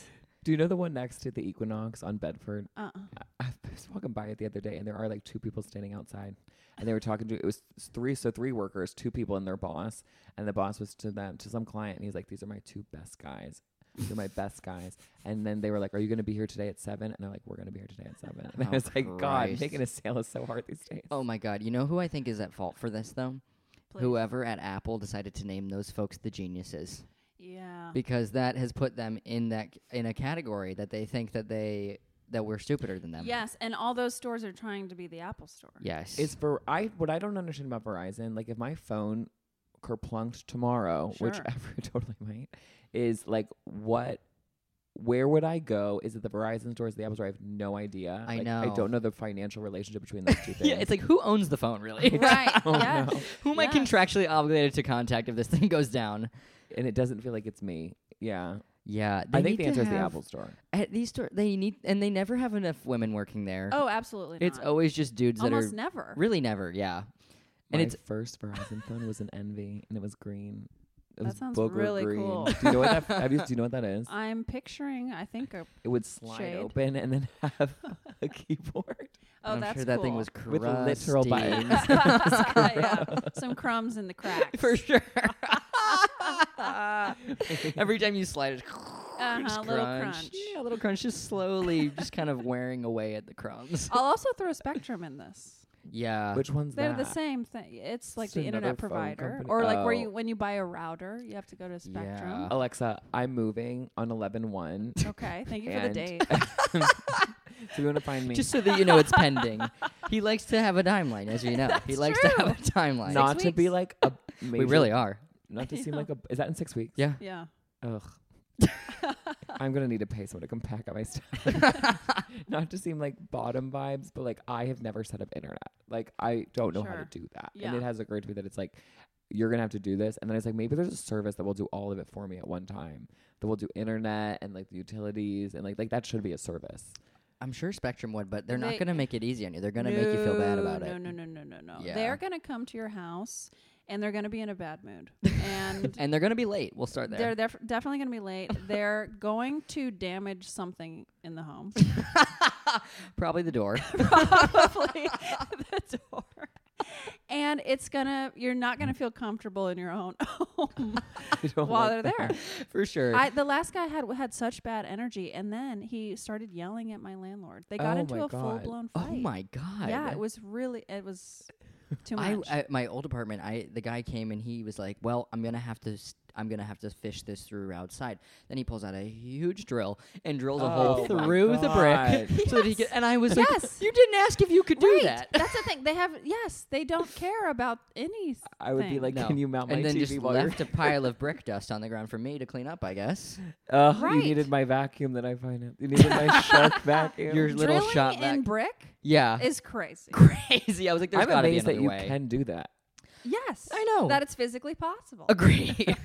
Do you know the one next to the Equinox on Bedford? Uh-uh. I, I was walking by it the other day, and there are like two people standing outside, and they were talking to it was s- three, so three workers, two people and their boss, and the boss was to them to some client, and he's like, "These are my two best guys." They're my best guys, and then they were like, "Are you going to be here today at 7? And they're like, "We're going to be here today at 7. And Oh, I was like, "God, Christ. making a sale is so hard these days." Oh my God. You know who I think is at fault for this, though? Please. Whoever at Apple decided to name those folks the geniuses. Yeah. because that has put them in that in a category that they think that they that we're stupider than them. Yes. And all those stores are trying to be the Apple store. Yes. Is for I what I don't understand about Verizon, like if my phone kerplunked tomorrow, Sure. which ever it totally might, is like what where would I go? Is it the Verizon store? Is it the Apple store? I have no idea. I Like, I know. don't know the financial relationship between those two things. yeah, it's like who owns the phone really? Right. Oh, yes. no. Who am I Yes. contractually obligated to contact if this thing goes down? and it doesn't feel like it's me. Yeah. Yeah, I think need the to answer is the have- Apple store. At these store, they need and they never have enough women working there. Oh, absolutely. it's not. always just dudes almost that are never. really never. Yeah, My and it's first Verizon phone was an Envy and it was green. It That was sounds booger really green. cool. Do you know what that have you, do you know what that is? I'm picturing, I think, a, It would slide Shade. open and then have a keyboard. oh, I'm that's sure that thing cool. was With literal crusty. buttons. yeah, some crumbs in the cracks. for sure. Every time you slide it, just Uh-huh, little crunch. Yeah, a little crunch, just slowly, just kind of wearing away at the crumbs. I'll also throw Spectrum in this. Yeah, Which one's They're that? the same thing. It's like It's the another internet phone provider, company. or like where Oh. you when you buy a router, you have to go to Spectrum. Yeah. Alexa, I'm moving on 11 1. Okay, thank you for the And- date. so you want to find me? just so that you know it's pending. He likes to have a timeline, as you know. he That's likes to have a timeline. not to be weeks. like a. we major- really are. Not to I seem know. like a. Is that in six weeks? Yeah. Yeah, Ugh. I'm going to need to pay someone to come pack up my stuff. not to seem like bottom vibes, but like I have never set up internet. Like I don't know how Sure. to do that. Yeah. And it has occurred to me that it's like, you're going to have to do this. And then it's like, maybe there's a service that will do all of it for me at one time. That will do internet and like the utilities and like like that should be a service. I'm sure Spectrum would, but they're not They- going to make it easy on you. They're going to make you feel bad No, about no, it. No, no, no, no, no, Yeah. They're gonna come to your house, and they're gonna be in a bad mood, and And they're going to be late. We'll start they're there. def- definitely gonna be late. They're going to damage something in the home. Probably the door. probably the door. And it's gonna you're not gonna feel comfortable in your own home I don't while like they're there. For sure. I the last guy had had such bad energy and then he started yelling at my landlord. They got Oh into my a full blown fight. oh my God. Yeah, it was really it was too I, much. at my old apartment, I the guy came and he was like, "Well, I'm gonna have to, st- I'm gonna have to fish this through outside." Then he pulls out a huge drill and drills a hole Oh my through the brick God. so that he could. And I was Yes. like, "You didn't ask if you could do Right. that." That's the thing. They have yes, they don't care about any I would be thing. like, No. can you mount my and then TV just while left a pile of brick dust on the ground for me to clean up. I guess you're? Ugh, You Right. needed my vacuum that I find out. You needed my shark vacuum. your little Drilling shop in back. brick yeah, is crazy. crazy. I was like, "There's I'm gotta amazed be that another you way." can do that. Yes. I know. That it's physically possible. Agree.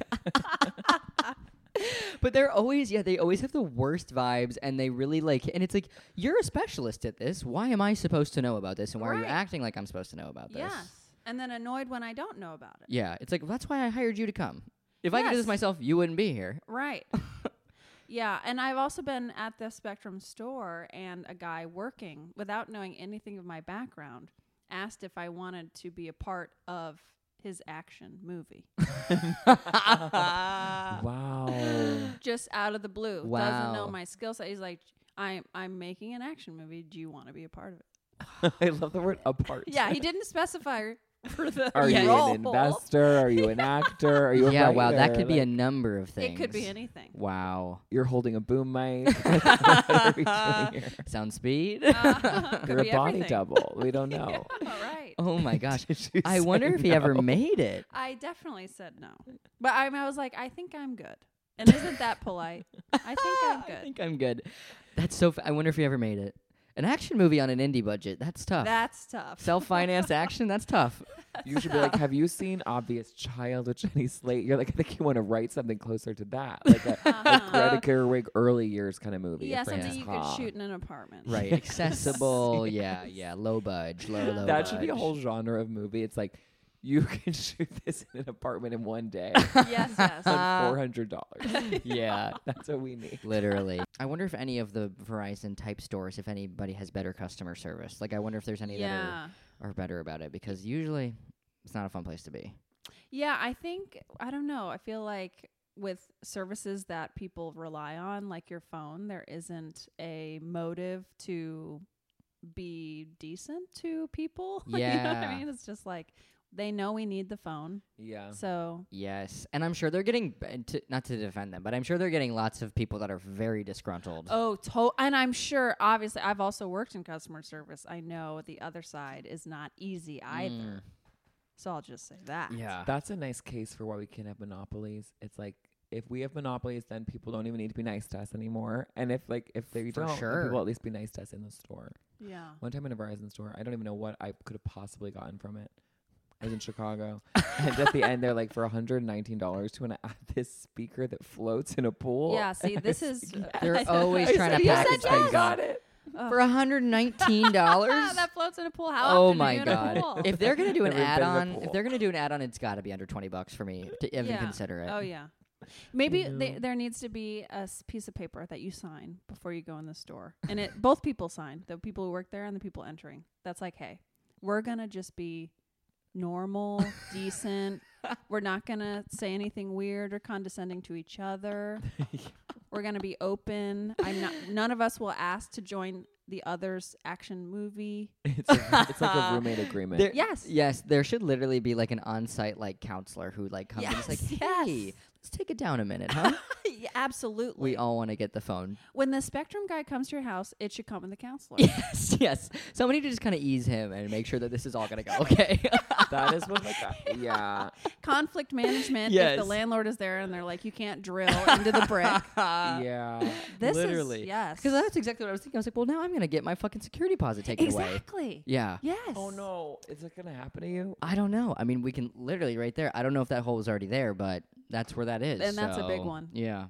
but they're always yeah, they always have the worst vibes and they really like and it's like you're a specialist at this. Why am I supposed to know about this and why are you Right. acting like I'm supposed to know about this? Yes. And then annoyed when I don't know about it. Yeah, it's like that's why I hired you to come. If I could do this Yes. myself, you wouldn't be here. Right. yeah. And I've also been at the Spectrum store and a guy working without knowing anything of my background asked if I wanted to be a part of his action movie. Uh. Wow. Just out of the blue. Doesn't Wow. know my skill set. He's like, I'm I'm making an action movie. Do you want to be a part of it? I love the word apart. Yeah, he didn't specify for the Are you role. an investor? Are you an actor? Are you a yeah, wow, that writer? could be a Like, number of It things. could be anything. Wow. You're holding a boom mic. what are we doing here? Sound speed? Uh, could You're be a body everything. double. We don't know. All right. oh my gosh. Did she I say wonder if he ever no? made it. I definitely said no. But I, I was like, I think I'm good. And isn't that polite? I think I I'm good. think I'm good. That's so. F- I wonder if he ever made it. An action movie on an indie budget. That's tough. That's tough. Self financed action. That's tough. You should be like, have you seen Obvious Child with Jenny Slate? You're like, I think you want to write something closer to that, like a like Uh-huh. Greta Gerwig early years kind of movie. yeah, a Ah. Frances something you could Ha. shoot in an apartment. Right. Accessible. Yeah. Yeah. Low budge. Low. Low. That should be a budge. whole genre of movie. It's like you can shoot this in an apartment in one day. yes, yes. Like four hundred dollars. Yeah. That's what we need. Literally. I wonder if any of the Verizon type stores, if anybody has better customer service. Like, I wonder if there's any that yeah. are, are better about it because usually it's not a fun place to be. Yeah, I think I don't know. I feel like with services that people rely on, like your phone, there isn't a motive to be decent to people. you know what Yeah. I mean? It's just like they know we need the phone, Yeah. so Yes. And I'm sure they're getting, b- and to, not to defend them, but I'm sure they're getting lots of people that are very disgruntled. Oh, to- and I'm sure. Obviously, I've also worked in customer service. I know the other side is not easy either. Mm. So I'll just say that. Yeah. That's a nice case for why we can't have monopolies. It's like if we have monopolies, then people don't even need to be nice to us anymore. And if like if they For don't, then sure. people at least be nice to us in the store. Yeah. One time in a Verizon store, I don't even know what I could have possibly gotten from it. I was in Chicago, and at the end, they're like for one hundred nineteen dollars to an, this speaker that floats in a pool. Yeah. See, this is. They're always I trying said to yes, package I things got up. it. Ugh. For $119? Ah, that floats in a pool. How oh often are my you In a pool? god! If they're gonna do Never an been in a add-on, pool. if they're gonna do an add-on, it's got to be under twenty bucks for me to even Yeah. consider it. oh yeah. Maybe You they, know. there needs to be a s- piece of paper that you sign before you go in the store, and it both people sign the people who work there and the people entering. That's like, hey, we're gonna just be normal, decent. We're not gonna say anything weird or condescending to each other. We're gonna be open. I'm not. None of us will ask to join the other's action movie. It's, a, it's like a roommate agreement. There- Yes. Yes, there should literally be like an on-site like counselor who like comes and is like, Yes, "Hey, yes. let's take it down a minute, huh? Yeah, absolutely. we all want to get the phone." when the spectrum guy comes to your house, it should come in the counselor. yes, yes. Somebody to just kind of ease him and make sure that this is all gonna go okay. that is what like a- yeah conflict management if the Yes. landlord is there and they're like you can't drill into the brick Uh, yeah. this Literally. is yes Because that's exactly what I was thinking. I was like, "Well, now I'm gonna get my fucking security deposit taken away." exactly Yeah. yes Oh no, is it gonna happen to you? I don't know. I mean, we can literally right there. I don't know if that hole was already there, but that's where that is. And that's a big so, one. Yeah.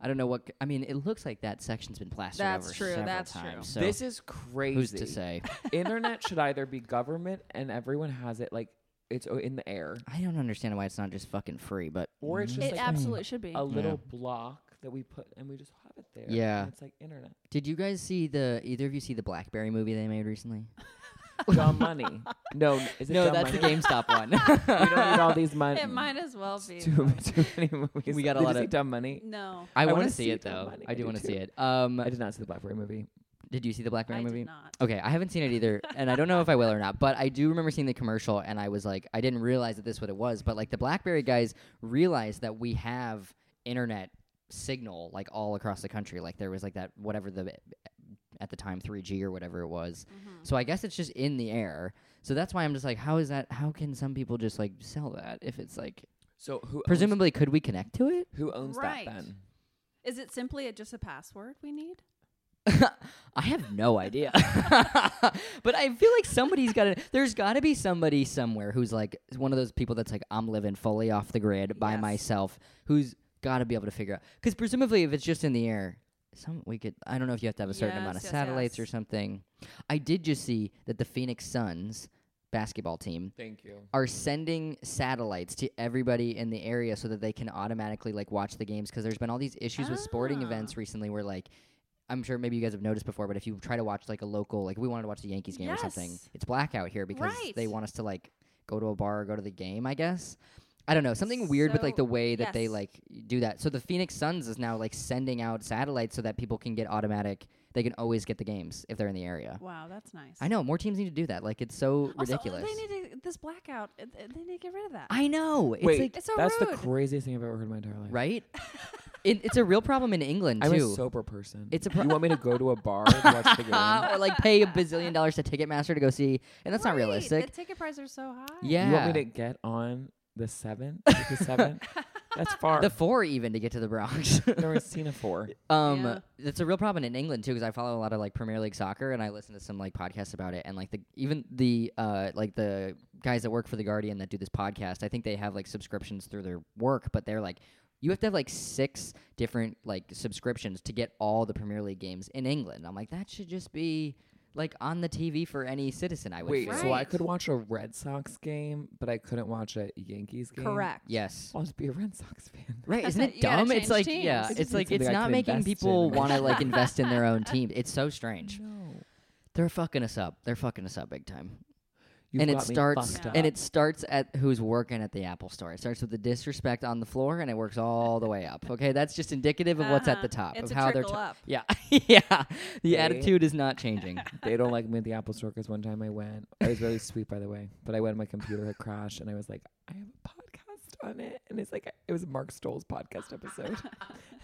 I don't know what. c- I mean, it looks like that section's been plastered That's over true, several that's true. times. So this is crazy. who's to say? Internet should either be government and everyone has it like it's o- in the air, I don't understand why it's not just fucking free, but or it's just it like absolutely should be a little block that we put and we just have it there. and Yeah. it's like internet. did you guys see the? Either of you see the BlackBerry movie they made recently? Dumb money. No, n- is it no, dumb that's money? the GameStop one. We don't need all these money. it might as well be too, too many movies. We got a Did you lot see of- dumb money. no I, I want wanna to see, see it Dumb though. Money. I I do do want to too. see it. Um, I did not see the BlackBerry movie. did you see the BlackBerry i movie? did not Okay, I haven't seen it either, and I don't know if I will or not. But I do remember seeing the commercial, and I was like, I didn't realize that this what it was. But like the BlackBerry guys realized that we have internet signal like all across the country. Like there was like that whatever the at the time 3G or whatever it was. Mm-hmm. So I guess it's just in the air. So that's why I'm just like, how is that? How can some people just like sell that if it's like So who owns, presumably could we connect to it? who owns Right. that then? is it simply a, just a password we need I have no idea. but I feel like somebody's got to, there's got to be somebody somewhere who's like one of those people that's like, I'm living fully off the grid by Yes. myself, who's got to be able to figure out. Because presumably, if it's just in the air, some we could, I don't know if you have to have a certain amount of Yes, yes, satellites yes. or something. I did just see that the Phoenix Suns basketball team Thank you. are sending satellites to everybody in the area so that they can automatically like watch the games because there's been all these issues with sporting Ah. events recently where like I'm sure maybe you guys have noticed before, but if you try to watch like a local, like we wanted to watch the Yankees game or something, Yes. it's blackout here because Right. they want us to like go to a bar or go to the game. I guess I don't know something weird with like So- the way that they yes. like do that. So the Phoenix Suns is now like sending out satellites so that people can get automatic. They can always get the games if they're in the area. Wow, that's nice. I know more teams need to do that. Like it's so Also, ridiculous. They need to, this blackout. uh, th- They need to get rid of that. I know. It's Wait, like it's so that's the rude. craziest thing I've ever heard in my entire life. right. it, it's a real problem in England I'm too. a sober person. It's a pro- you want me to go to a bar and watch the game? or like pay a bazillion dollars to Ticketmaster to go see, and that's not Right, realistic. The ticket prices are so high. yeah, You want me to get on the seventh? The seventh? That's far. the four even to get to the Bronx. Never seen a four. um, Yeah. it's a real problem in England too, because I follow a lot of like Premier League soccer, and I listen to some like podcasts about it, and like the even the uh like the guys that work for the Guardian that do this podcast, I think they have like subscriptions through their work, but they're like. You have to have like six different like subscriptions to get all the Premier League games in England. I'm like, that should just be like on the TV for any citizen. I would Wait, feel. so I Right. could watch a Red Sox game, but I couldn't watch a Yankees game. Correct. yes, I'll just be a Red Sox fan. Right, isn't it You gotta dumb? It's change like teams. yeah, It's it's, just like something it's I not can making invest in people and want to like invest in their own team. It's so strange. No. They're fucking us up. They're fucking us up big time. You've and it got me starts fucked up. and it starts at who's working at the Apple store. It starts with the disrespect on the floor and it works all the way up. Okay, that's just indicative of what's at Uh-huh. the top It's of a how they're trickle ta- up. Yeah. yeah. The They- attitude is not changing. they don't like me at the Apple store because one time I went, I was really sweet by the way, but I went, my computer had crashed, and I was like, I have a podcast on it, and it's like it was Mark Stoll's podcast episode,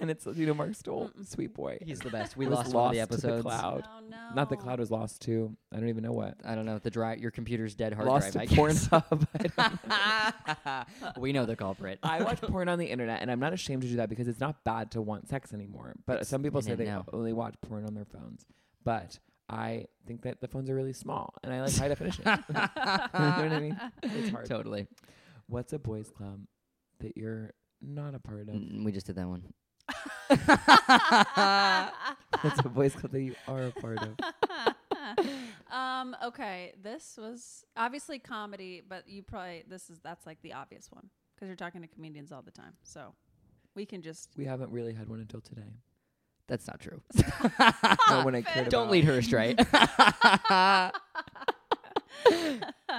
and it's you know Mark Stoll, sweet boy. He's the best. We It was lost, one of lost the to episodes. cloud. Oh no. Not the cloud was lost too. I don't even know what. I don't know, the drive your computer's dead hard lost drive. to I guess. Pornhub. I don't we know the culprit. I watch porn on the internet, and I'm not ashamed to do that because it's not bad to want sex anymore. But It's- some people I say they didn't know. only watch porn on their phones. But I think that the phones are really small, and I like high definition. you know what I mean? It's hard. Totally. What's a boys' club that you're not a part of? Mm, We just did that one. What's a boys' club that you are a part of? um. Okay. This was obviously comedy, but you probably this is that's like the obvious one because you're talking to comedians all the time. So we can just We haven't really had one until today. That's not true. Not when I cared Ah, Don't about- lead her astray.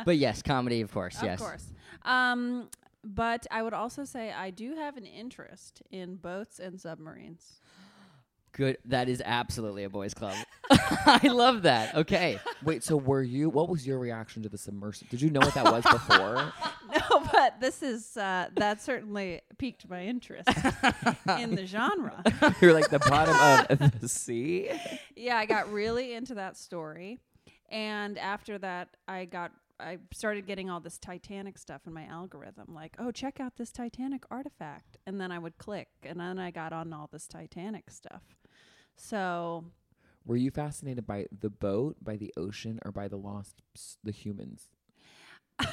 but yes, comedy, of course. Of yes. course. Um, but I would also say I do have an interest in boats and submarines. Good. That is absolutely a boys' club. I love that. Okay. Wait, so were you? What was your reaction to the submersive? Did you know what that was before? No, Oh, but this is uh, that certainly piqued my interest in the genre. You're like the bottom of the sea. Yeah, I got really into that story, and after that, I got. I started getting all this Titanic stuff in my algorithm, like, oh, check out this Titanic artifact. And then I would click, and then I got on all this Titanic stuff. So Were you fascinated by the boat, by the ocean, or by the lost, s- the humans?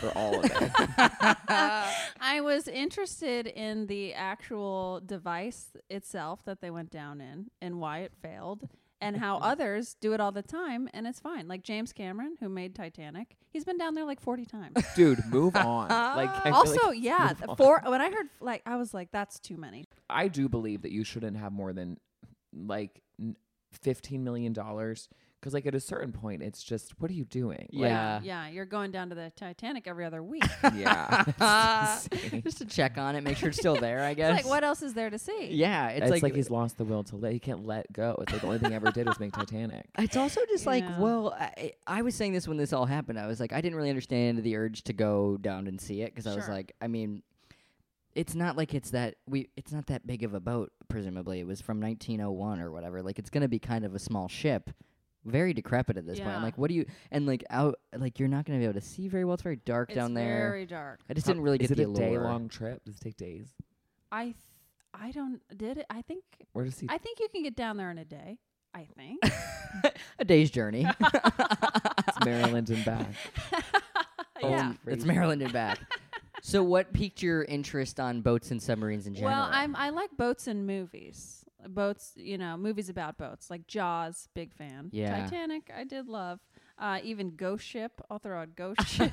Or all of it? I was interested in the actual device itself that they went down in and why it failed and how others do it all the time and it's fine. Like James Cameron, who made Titanic, he's been down there like 40 times. Dude, move on. Like I feel also, like yeah, move the on. four, when I heard, like, I was like, that's too many. I do believe that you shouldn't have more than like n- fifteen million dollars because, like, at a certain point, it's just what are you doing? Yeah. Yeah, you're going down to the Titanic every other week. Like, yeah. it's insane. Just to check on it, make sure it's still there, I guess. It's like, what else is there to see? Yeah. It's, It's, like, he's lost the will to let. He can't let go. It's like the only thing he ever did was make Titanic. It's also just You like, know. well, I, I was saying this when this all happened. I was like, I didn't really understand the urge to go down and see it because I was Sure. like, I mean, it's not like it's that we, it's not that big of a boat. Presumably, it was from 1901 or whatever. Like, it's gonna be kind of a small ship, very decrepit at this point. I'm Yeah. like, what do you? And like out, like you're not gonna be able to see very well. It's very dark It's down there. very dark. I just How- didn't really is get it the a day allure. long trip? Does it take days? I, th- I don't, did it? I think, Where does he? I think you can get down there in a day. I think. a day's journey. It's Maryland and back. yeah. Oh, It's- it's crazy. Maryland and back. so, what piqued your interest on boats and submarines in general? Well, I'm I like boats in movies. Boats, you know, movies about boats like Jaws, big fan. Yeah. Titanic, I did love. Uh, even Ghost Ship, I'll throw out Ghost Ship.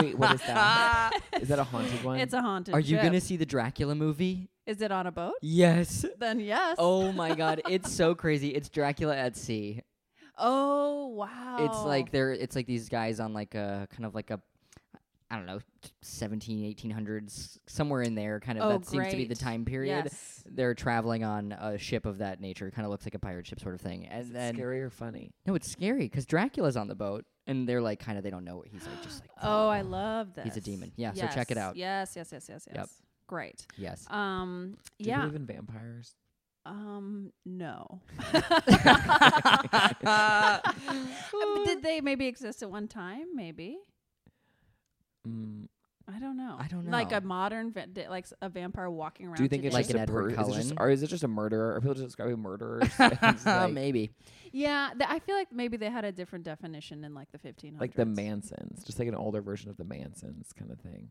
Wait, what is that? Is that a haunted one? it's a haunted. Are you ship. gonna see the Dracula movie? Is it on a boat? Yes. Then yes. Oh my god, it's so crazy. It's Dracula at sea. Oh, wow. It's like they're it's like these guys on like a kind of like a I don't know, 17, 1800s, somewhere in there, kind of Oh, that seems to be the great. time period. Yes. They're traveling on a ship of that nature, kind of looks like a pirate ship sort of thing. And then scary or funny? no, it's scary because Dracula's on the boat, and they're like kind of they don't know what he's like, just like Oh, I love this. He's a demon. Yeah, so check it Yes, out. Yes, yes, yes, yes, yes. Yep. Great. yes. Um, Do you yeah. believe in vampires? Um, no. I Uh, But Did they maybe exist at one time? Maybe. Mm, I don't know. I don't Like a know. modern, va- di- like s- a vampire walking around. do you think it's today? Like just an a Edward per- is it just, Cullen? or is it just a murderer? Are people just describing murderers? It's like, Maybe. Yeah, th- I feel like maybe they had a different definition in like the 1500s. like the Mansons, just like an older version of the Mansons kind of thing.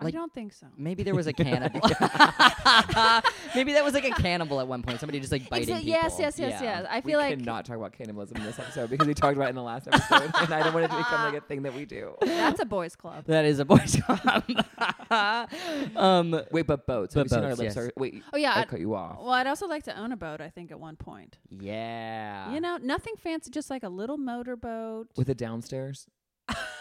I like- don't think so. Maybe there was a cannibal. Maybe that was like a cannibal at one point. Somebody just like biting Exa- people. yes, yes, yes, Yeah. yes. I we feel like cannot talk about cannibalism in this episode because we talked about it in the last episode, and I don't want it to become like a thing that we do. that's a boys' club. That is a boys' club. um, Wait, but boats. Have But you seen our boats, lips yes. are- wait, Oh yeah. I I'd- cut you off. well, I'd also like to own a boat. I think at one point. yeah. You know, nothing fancy, just like a little motorboat. With a downstairs.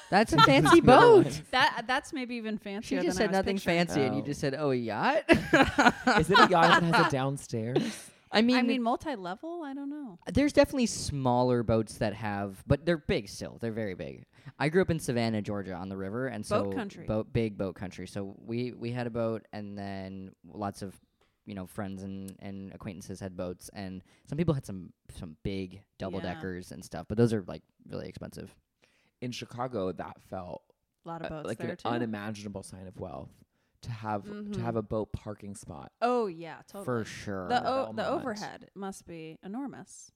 that's a fancy Another boat. That uh, that's maybe even fancier. She just than I said was nothing picturing. fancy, and you Oh. just said, "Oh, a yacht." Is it a yacht that has a downstairs? I mean, I mean, multi-level. I don't know. there's definitely smaller boats that have, but they're big still. They're very big. I grew up in Savannah, Georgia, on the river, and so Boat country. boat- big boat country. So we we had a boat, and then lots of you know friends and, and acquaintances had boats, and some people had some some big double deckers and stuff. But those are like really expensive. In Chicago, that felt A lot of uh, boats like there an too. unimaginable sign of wealth to have Mhm. to have a boat parking spot. oh yeah, totally. For sure. The o- Belmont. the overhead must be enormous.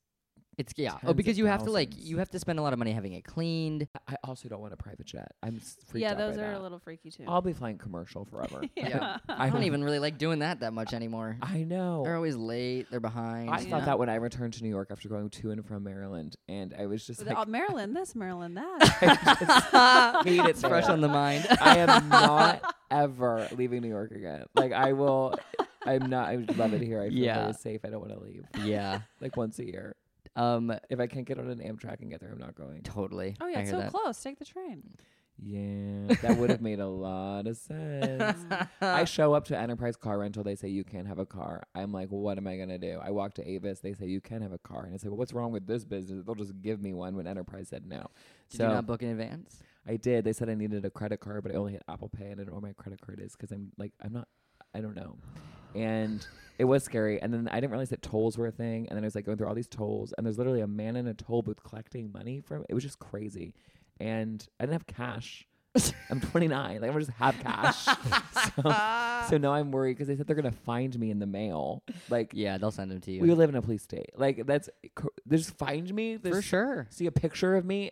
it's yeah. tens Oh, of because you have to like thousands. you have to spend a lot of money having it cleaned. I- I also don't want a private jet. I'm s- freaked yeah, out by those are that. a little freaky too. I'll be flying commercial forever. Yeah. I Uh-huh. I don't don't- even really like doing that that much anymore. I know. They're always late. They're behind. I you thought know. that when I returned to New York after going to and from Maryland, and I was just With the- like, oh, Maryland, this, Maryland, that. hate it it's fresh there. on the mind. I am not ever leaving New York again. Like I will. I'm not. I love it here. I feel Yeah. very safe. I don't want to leave. yeah. Like once a year. Um. If I can't get on an Amtrak and get there, I'm not going. Totally. oh I yeah, it's hear so that. close. Take the train. Yeah, that would have made a lot of sense. Mm. I show up to Enterprise Car Rental. They say you can't have a car. I'm like, what am I gonna do? I walk to Avis. They say you can have a car, and it's like, well, what's wrong with this business? They'll just give me one when Enterprise said no. Did so you not book in advance? I did. They said I needed a credit card, but I only had Apple Pay, and I don't know where my credit card is because I'm like, I'm not, I don't know. And it was scary. And then I didn't realize that tolls were a thing. And then I was like going through all these tolls, and there's literally a man in a toll booth collecting money from. It was just crazy, and I didn't have cash. I'm 29. Like I just have cash. so, so now I'm worried because they said they're gonna find me in the mail. Like Yeah, they'll send them to you we live in a police state. Like that's cr- they just find me. for There's sure. see a picture of me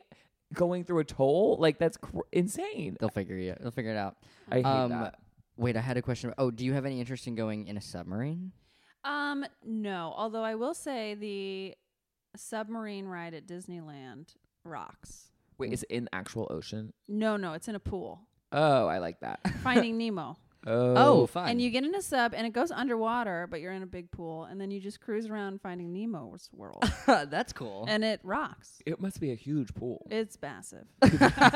going through a toll. Like that's cr- insane. They'll figure you. They'll figure it out. I hate Um, that. Wait, I had a question. Oh, do you have any interest in going in a submarine? Um, no. Although I will say the submarine ride at Disneyland rocks. Wait, is it in actual ocean? No, no, it's in a pool. Oh, I like that. Finding Nemo. Oh, fun. And you get in a sub and it goes underwater, but you're in a big pool, and then you just cruise around finding Nemo's world. That's cool. and it rocks. it must be a huge pool. It's massive.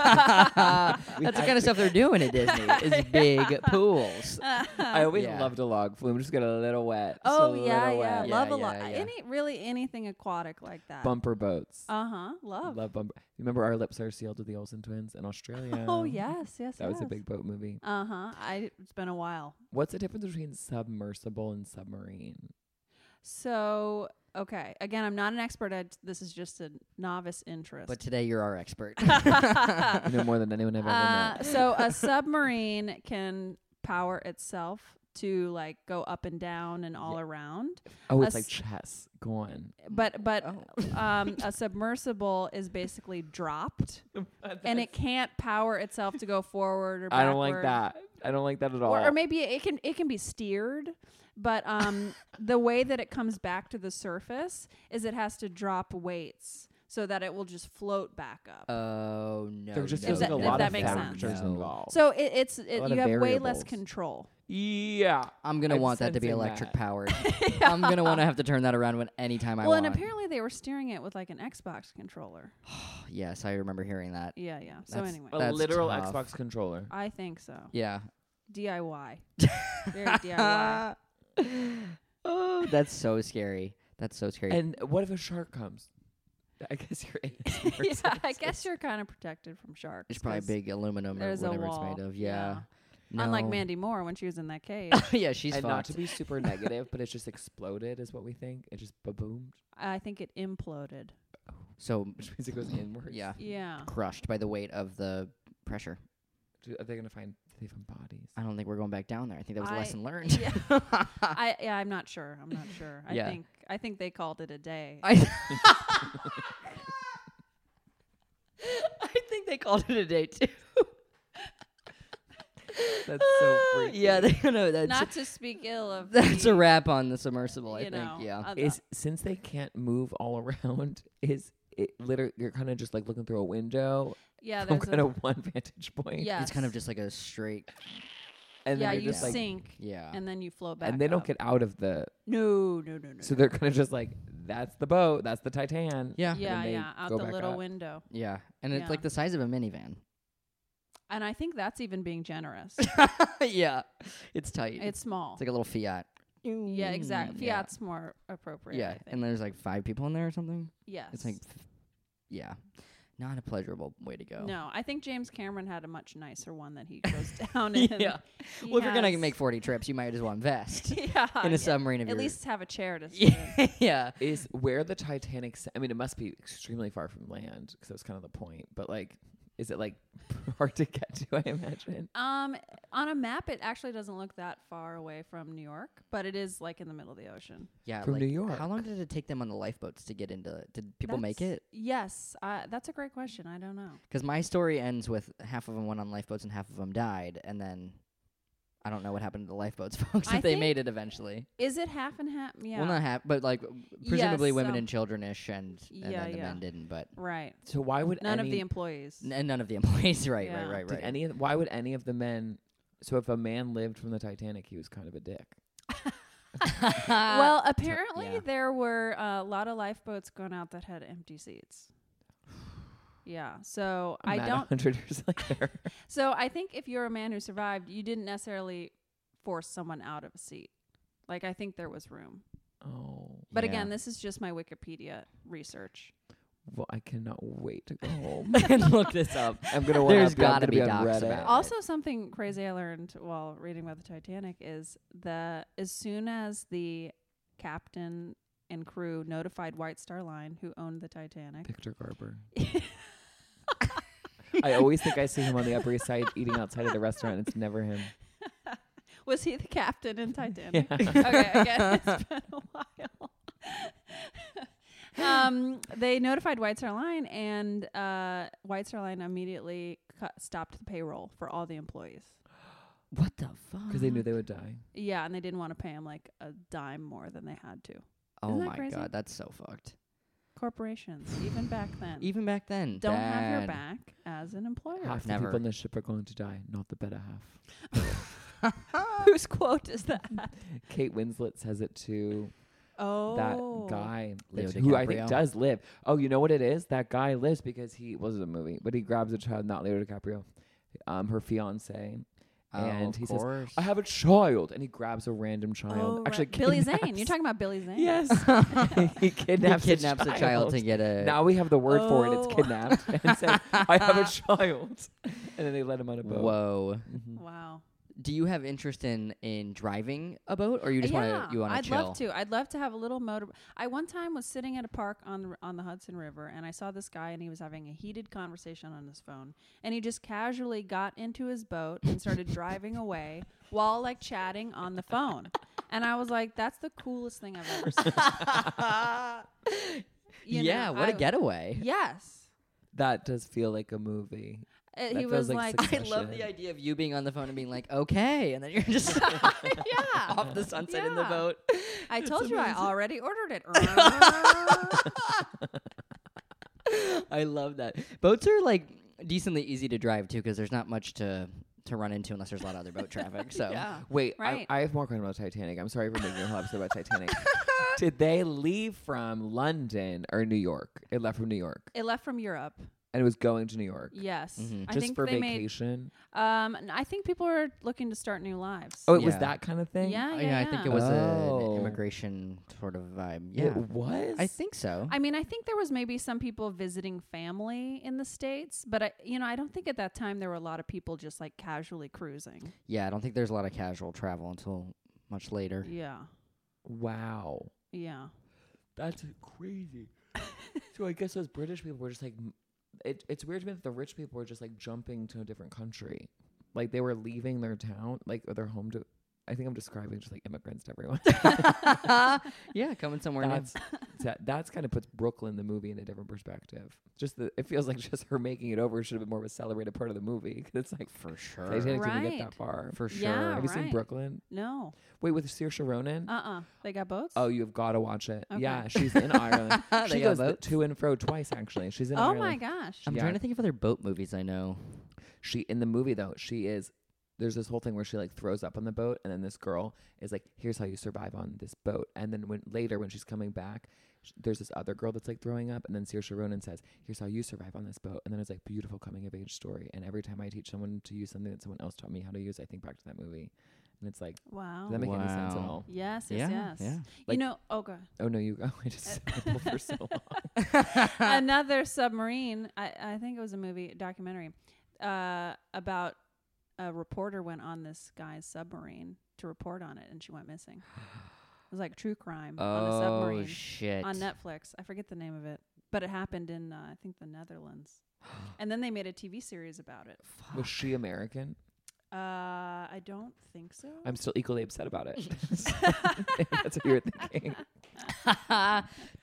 That's the kind of stuff they're doing at Disney. Is big pools. Uh, I always Yeah. loved a log flume. Just get a little wet. just oh a yeah, little yeah. wet. Love a Yeah, lot. yeah, yeah. Any really anything aquatic like that. Bumper boats. Uh huh. Love. Love bumper. Remember our lips are sealed to the Olsen twins in Australia. Oh yes, yes. That was a big boat movie. Uh huh. I. It's been a while. What's the difference between submersible and submarine? So okay. Again, I'm not an expert. At, this is just a novice interest. But today you're our expert. You know more than anyone I've ever Uh, met. so a submarine can power itself to like go up and down and all around. Oh, a it's like s- chess. Go on. But but Oh. um, a submersible is basically dropped and it can't power itself to go forward or I backward. don't like that. I don't like that at all. Or, or maybe it can it can be steered, but um, the way that it comes back to the surface is it has to drop weights so that it will just float back up. Oh no. there just If feels no, like a that- if lot that of makes sense. factors involved. so it, it's A it, lot you of have way variables. less control. Yeah. I'm gonna I'm want that to be sensing electric that. powered. I'm gonna want to have to turn that around when anytime I well, want. and apparently they were steering it with like an Xbox controller. yes, I remember hearing that. Yeah, yeah. So That's- anyway, A That's literal tough. Xbox controller. I think so. Yeah. DIY. Very DIY. oh, that's so scary. That's so scary. And what if a shark comes? I guess you're in. yeah, I guess you're kind of protected from sharks. it's probably 'cause big aluminum or there's a whatever it's wall. made of. Yeah. Unlike No. Mandy Moore when she was in that cave. yeah, she's and not fucked. to be super negative, but it's just exploded, is what we think. It just boomed. I think it imploded. so which means it goes inwards. yeah, Yeah. crushed by the weight of the pressure. Do- are they gonna find? Do they find bodies? I don't think we're going back down there. I think that was a I- lesson learned. yeah. I yeah, I'm not sure. I'm not sure. I Ah. Yeah. think I think they called it a day. I, I think they called it a day too. That's so freaky. yeah, they know that's not to speak ill of that's the, a wrap on the submersible. I you think. know, yeah. of the- Is since they can't move all around, is it literally you're kind of just like looking through a window yeah, from there's kind a, of one vantage point. yes. It's kind of just like a straight. and yeah, then you you're just like, sink Yeah. and then you float back. and they don't up. get out of the. no, no, no, no. So no. they're kind of just like, that's the boat, that's the Titan. yeah. yeah, they yeah, out go the back little up. window. Yeah. And it's Yeah. like the size of a minivan. And I think that's even being generous. yeah. It's tight. It's, it's small. like a little Fiat. Mm, yeah, exactly. Yeah. Fiat's more appropriate. I Yeah. think. And there's like five people in there or something. yes. It's like, f- yeah. Not a pleasurable way to go. No, I think James Cameron had a much nicer one that he goes down in. Yeah. He Well, if you're going to has- make 40 trips, you might as well invest yeah, in a yeah. submarine. Of at your, least have a chair to sit in. Yeah. yeah. Is where the Titanic. s- I mean, it must be extremely far from land because that was kind of the point. But like, is it like hard to get to? I imagine. Um, on a map, it actually doesn't look that far away from New York, but it is like in the middle of the ocean. Yeah. From like, New How York. long did it take them on the lifeboats to get into Did people make That's- it? Yes, uh, that's a great question. I don't know. Because my story ends with half of them went on lifeboats and half of them died. And then I don't know what happened to the lifeboats, folks, I if they think- made it eventually. Is it half and half? Yeah. Well, not half, but like presumably women some- and childrenish, and, and Yeah, then the yeah. men didn't. But right. So why would None any, of the employees. n- and none of the employees. Right, Yeah. right, right, did right. any of- why would any of the men? So if a man lived from the Titanic, he was kind of a dick. Uh, well, apparently yeah. there were a lot of lifeboats going out that had empty seats. Yeah. So I Mad don't. 100 years later. So I think if you're a man who survived, you didn't necessarily force someone out of a seat. Like I think there was room. oh. But Yeah. again, this is just my Wikipedia research. Well, I cannot wait to go home. and look this up. I'm gonna. wanna There's be- I'm gotta gonna be on docs Reddit. about Also, something crazy I learned while reading about the Titanic is the as soon as the captain and crew notified White Star Line, who owned the Titanic, Victor Garber. I always think I see him on the Upper East Side eating outside of the restaurant. It's never him. was he the captain in Titanic? okay, again, it's been a while. um, they notified White Star Line, and uh, White Star Line immediately cut, stopped the payroll for all the employees. What the fuck? Because they knew they would die. Yeah, and they didn't want to pay him like a dime more than they had to. Oh Isn't that my crazy? god, that's so fucked. Corporations, even back then, Even back then, don't have your bad. back as an employer. Half the Never. people on the ship are going to die, not the better half. Whose quote is that? Kate Winslet says it to Oh, that guy Leo that's- who I DiCaprio. think does live. Oh, you know what it is? That guy lives because he was a movie, but he grabs a child, not Leo DiCaprio, um, her fiance. Oh, And of he says, course. I have a child, and he grabs a random child. Oh, Actually, right. Billy kidnaps- Zane. You're talking about Billy Zane. Yes, he He kidnaps, kidnaps a child to get a. Now we have the word for it. It's Oh. kidnapped. and said, I have a child. And then they let him on a boat. Whoa! Mhm. Wow. Do you have interest in in driving a boat, or you just want to you want I'd to chill? love to. I'd love to have a little motor. I one time was sitting at a park on the, on the Hudson River, and I saw this guy, and he was having a heated conversation on his phone, and he just casually got into his boat and started driving away while like chatting on the phone, and I was like, that's the coolest thing I've ever seen. You know, yeah, what a I- getaway! Yes, That does feel like a movie. Uh, That he feels was like like, success. I love the Session. idea of you being on the phone and being like, okay, and then you're just yeah. off the sunset in the Yeah. boat. I told you I already ordered it. I love that. Boats are like decently easy to drive too because there's not much to to run into unless there's a lot of other boat traffic. So yeah. Wait, Right. I, I have more questions about Titanic. I'm sorry for making a whole episode about Titanic. Did they leave from London or New York? It left from New York, It left from Europe. and it was going to New York Yes. Mhm. I just think for they vacation. made um n- I think people are looking to start new lives. oh, it was Yeah. that kind of yeah, thing. yeah, Oh, yeah, yeah, I think it was Oh. an immigration sort of vibe. Yeah, It was. I think so. I mean, I think there was maybe some people visiting family in the states, but I, you know, I don't think at that time there were a lot of people just like casually cruising. yeah, I don't think there's a lot of casual travel until much later. Yeah, Wow, yeah. that's crazy. so I guess those British people were just like, m- it, it's weird to me that the rich people were just like jumping to a different country, like they were leaving their town, like or their home to. I think I'm describing just like immigrants to everyone. yeah, coming somewhere that's that, that's kind of puts Brooklyn the movie in a different perspective. Just the, it feels like just her making it over should have been more of a celebrated part of the movie. 'cause it's like new. for sure. Titanic didn't get Right. that far. For sure. Yeah, have you seen right. Brooklyn? No, Wait, with Saoirse Ronan. uh, uh they got boats. oh, you have got to watch it. Okay. Yeah, she's in Ireland. They she got goes the boats? to and fro twice. Actually, she's in oh Ireland. my gosh. I'm Yeah. trying to think of other boat movies I know. She in the movie though. She is. There's this whole thing where she like throws up on the boat, and then this girl is like, "Here's how you survive on this boat." And then when later when she's coming back, sh- there's this other girl that's like throwing up, and then Saoirse Ronan says, "Here's how you survive on this boat." And then it's like beautiful coming of age story. And every time I teach someone to use something that someone else taught me how to use, I think back to that movie, and it's like, Wow. does that make any sense at Wow. all? yes, yeah, yes, yes. yeah. Like- you know, oh god. Oh no, you go. I just rambled for so long. another submarine. I, I think it was a movie documentary uh, about a reporter went on this guy's submarine to report on it, and she went missing. It was like true crime on a Oh submarine shit! on Netflix. I forget the name of it, but it happened in uh, I think the Netherlands, and then they made a TV series about it. Was she American? Uh, I don't think so. I'm still equally upset about it. If That's what you were thinking.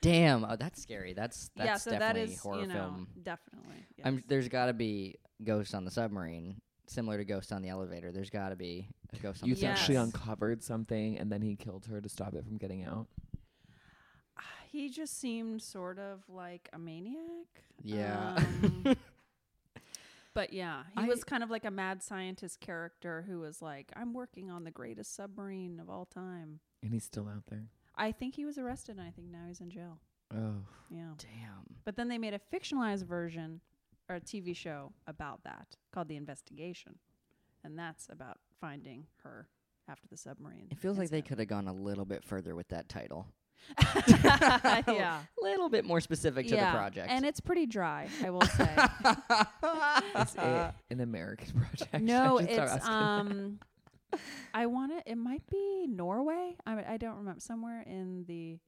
Damn, oh, that's scary. That's that's yeah, so that definitely is horror you know film. definitely. I'm, yes. there's got to be Ghost on the Submarine, similar to Ghost on the Elevator. There's got to be a Ghost on You the think she Yes. Submarine. uncovered something and then he killed her to stop it from getting out? He just seemed sort of like a maniac. Yeah. Um, but yeah, he I- was kind of like a mad scientist character who was like, I'm working on the greatest submarine of all time. And he's still out there. I think he was arrested and I think now he's in jail. Oh, Yeah. Damn. But then they made a fictionalized version or a TV show about that called The Investigation. And that's about finding her after the submarine. It feels like they incident. could have gone a little bit further with that title. yeah. A little bit more specific to yeah. the project. And it's pretty dry, I will say. is it an American project? I No, should start it's asking um. I want to. It might be Norway. I I don't remember. Somewhere in the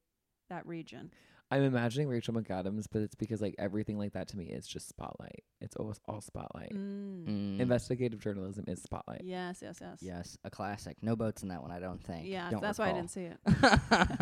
that region. I'm imagining Rachel McAdams, but it's because like everything like that to me is just spotlight. It's always all spotlight. Mm. Mm, Investigative journalism is spotlight. Yes, yes, yes. yes, a classic. No boats in that one, I don't think. Yes, Don't that's why I recall. didn't see it. Bring the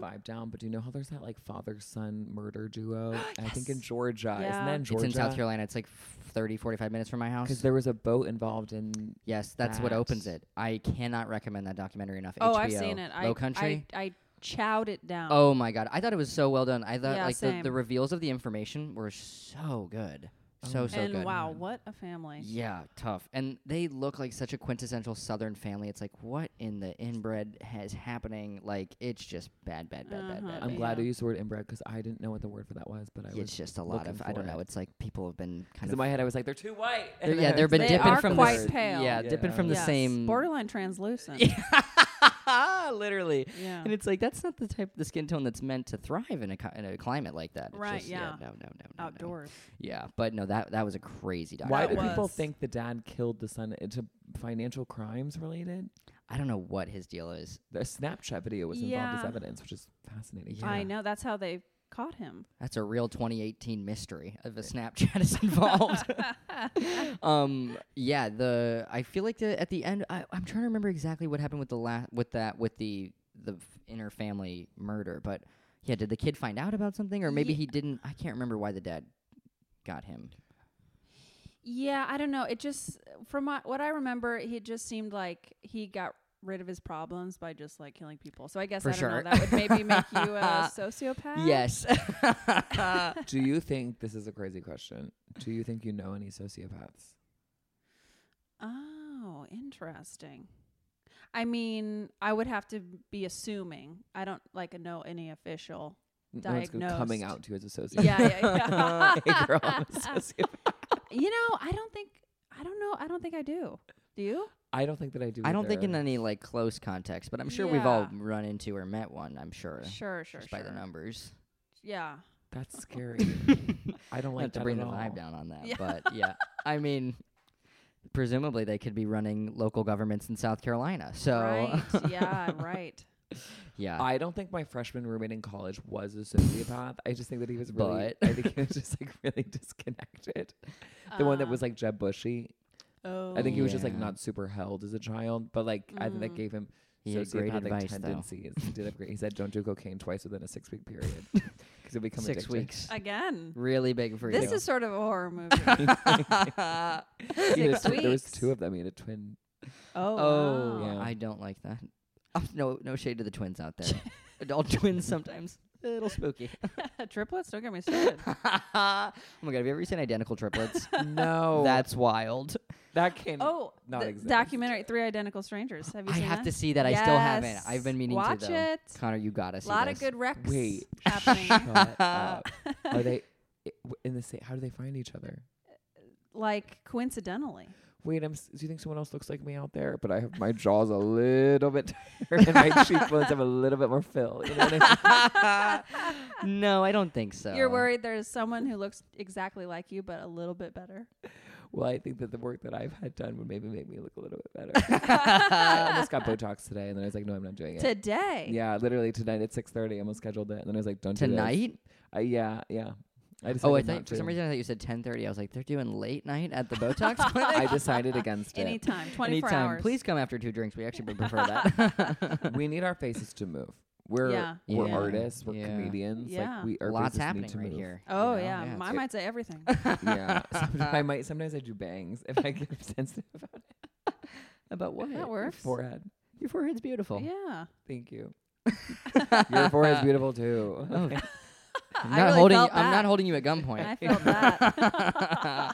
Huh? vibe down, but do you know how there's that like father son murder duo? I think in Yes. Georgia, isn't Yeah. that in It's Georgia? in South Carolina. It's like thirty, forty-five minutes from my house. Because there was a boat involved in Yes, that's what That. opens it. I cannot recommend that documentary enough. oh, HBO, I've seen it. I, Low Country. I, I chowed it down. oh my god, I thought it was so well done. I thought Um, Yeah, like the, the same. reveals of the information were so good, so Oh. so and good. Mm. wow, what a family! Yeah, tough. And they look like such a quintessential Southern family. It's like what in the inbred has happening? Like it's just bad, bad, bad, bad, Uh-huh. bad. I'm bad. glad I Yeah. used the word inbred because I didn't know what the word for that was, but I It's was. just a lot looking of I don't for know. it. It's like people have been kind Because of in my head, I was like, they're too white. They're- then yeah, I they're was been like, They dipping are from quite the pale. yeah, dipping from the Yeah. same borderline translucent. literally. yeah. And it's like that's not the type of the skin tone that's meant to thrive in a co- in a climate like that. It's Right, just- yeah. No. No. No. no, No. Outdoors. Yeah. But no. That that was a crazy Why documentary. do That people was- think the dad killed the son? It's a financial crimes related. I don't know what his deal is. The Snapchat video was involved as Yeah. evidence, which is fascinating. Yeah. I know. That's how they caught him. That's a real 2018 mystery of a Snapchat is involved. um, yeah, the I feel like the, at the end I, I'm trying to remember exactly what happened with the la- with that with the the f- inner family murder, but yeah, did the kid find out about something or maybe Ye- he didn't? I can't remember why the dad got him. Yeah, I don't know. It just from my, what I remember, he just seemed like he got rid of his problems by just like killing people. So I guess For I don't sure. know. That would maybe make you a sociopath. Uh, Yes. Do you think this is a crazy question? Do you think you know any sociopaths? Oh, interesting. I mean, I would have to be assuming. I don't like know any official. No one's go- coming Diagnosed. out to his associate. Yeah, yeah, yeah. hey, girl, I'm a sociopath. you know, I don't think. I don't know. I don't think I do. Do you? I don't think that I do. I don't think in either. any like close context, but I'm sure we've all Yeah. run into or met one. I'm sure, Sure, sure, just sure. by the numbers. Yeah. That's scary. Not I don't like to that bring at the vibe all. down on that, Yeah. but yeah, I mean, presumably they could be running local governments in South Carolina. So Right. Yeah. Right. yeah, I don't think my freshman roommate in college was a sociopath. I just think that he was really. But- I think he was just like really disconnected. The one that Uh, was like Jeb Bushy. Oh. I think he was just like Yeah. not super held as a child, but like I think that Mm. gave him He had great sociopathic advice, though. tendencies. he did have great. He said, "Don't do cocaine twice within a six-week period because you'll become six addicted." weeks, Oh. again. really big for This you. is sort of a horror movie. He had a Six tw- there was weeks. two of them. He had a twin. Oh. Oh, wow. yeah. I don't like that. Oh, no, no shade to the twins out there. Adult twins sometimes a little spooky. Triplets? Don't get me started. oh my god, have you ever seen identical triplets? No, That's wild. that can't. Oh, Not the exist. documentary Three Identical Strangers. Have you I seen have that? to see that. I still haven't. Yes. I've been meaning Watch to though. it. Connor, you gotta A see lot this. of good recs Wait, happening. shut up. Are they i- w- in the same? How do they find each other? like coincidentally. Wait, I'm. s- Do you think someone else looks like me out there? But I have my jaws a little bit tighter and my cheekbones have a little bit more fill. You know what I mean? no, I don't think so. You're worried there's someone who looks exactly like you but a little bit better. Well, I think that the work that I've had done would maybe make me look a little bit better. I almost got Botox today, and then I was like, no, I'm not doing it. Today. Yeah, literally tonight at 6:30, I almost scheduled it, and then I was like, don't do this. tonight? I, yeah, yeah. I decided Oh, I not thought for some to. reason I thought you said 10:30. I was like, they're doing late night at the Botox clinic. I decided against it. Anytime. 24 Anytime, hours. please come after two drinks. We actually would prefer that. we need our faces to move. We're Yeah. we're Yeah. artists. We're Yeah. comedians. Yeah. Like we our Lots faces happening need to right move. here. you Oh know? yeah. it's I good. might say everything. yeah, sometimes I might. Sometimes I do bangs if I get sensitive about it. About what? that works. Forehead. Your forehead's beautiful. Yeah. Thank you. Your forehead's beautiful too. Oh, Okay. I'm I not really holding. felt I'm not that. holding you at gunpoint. I felt that.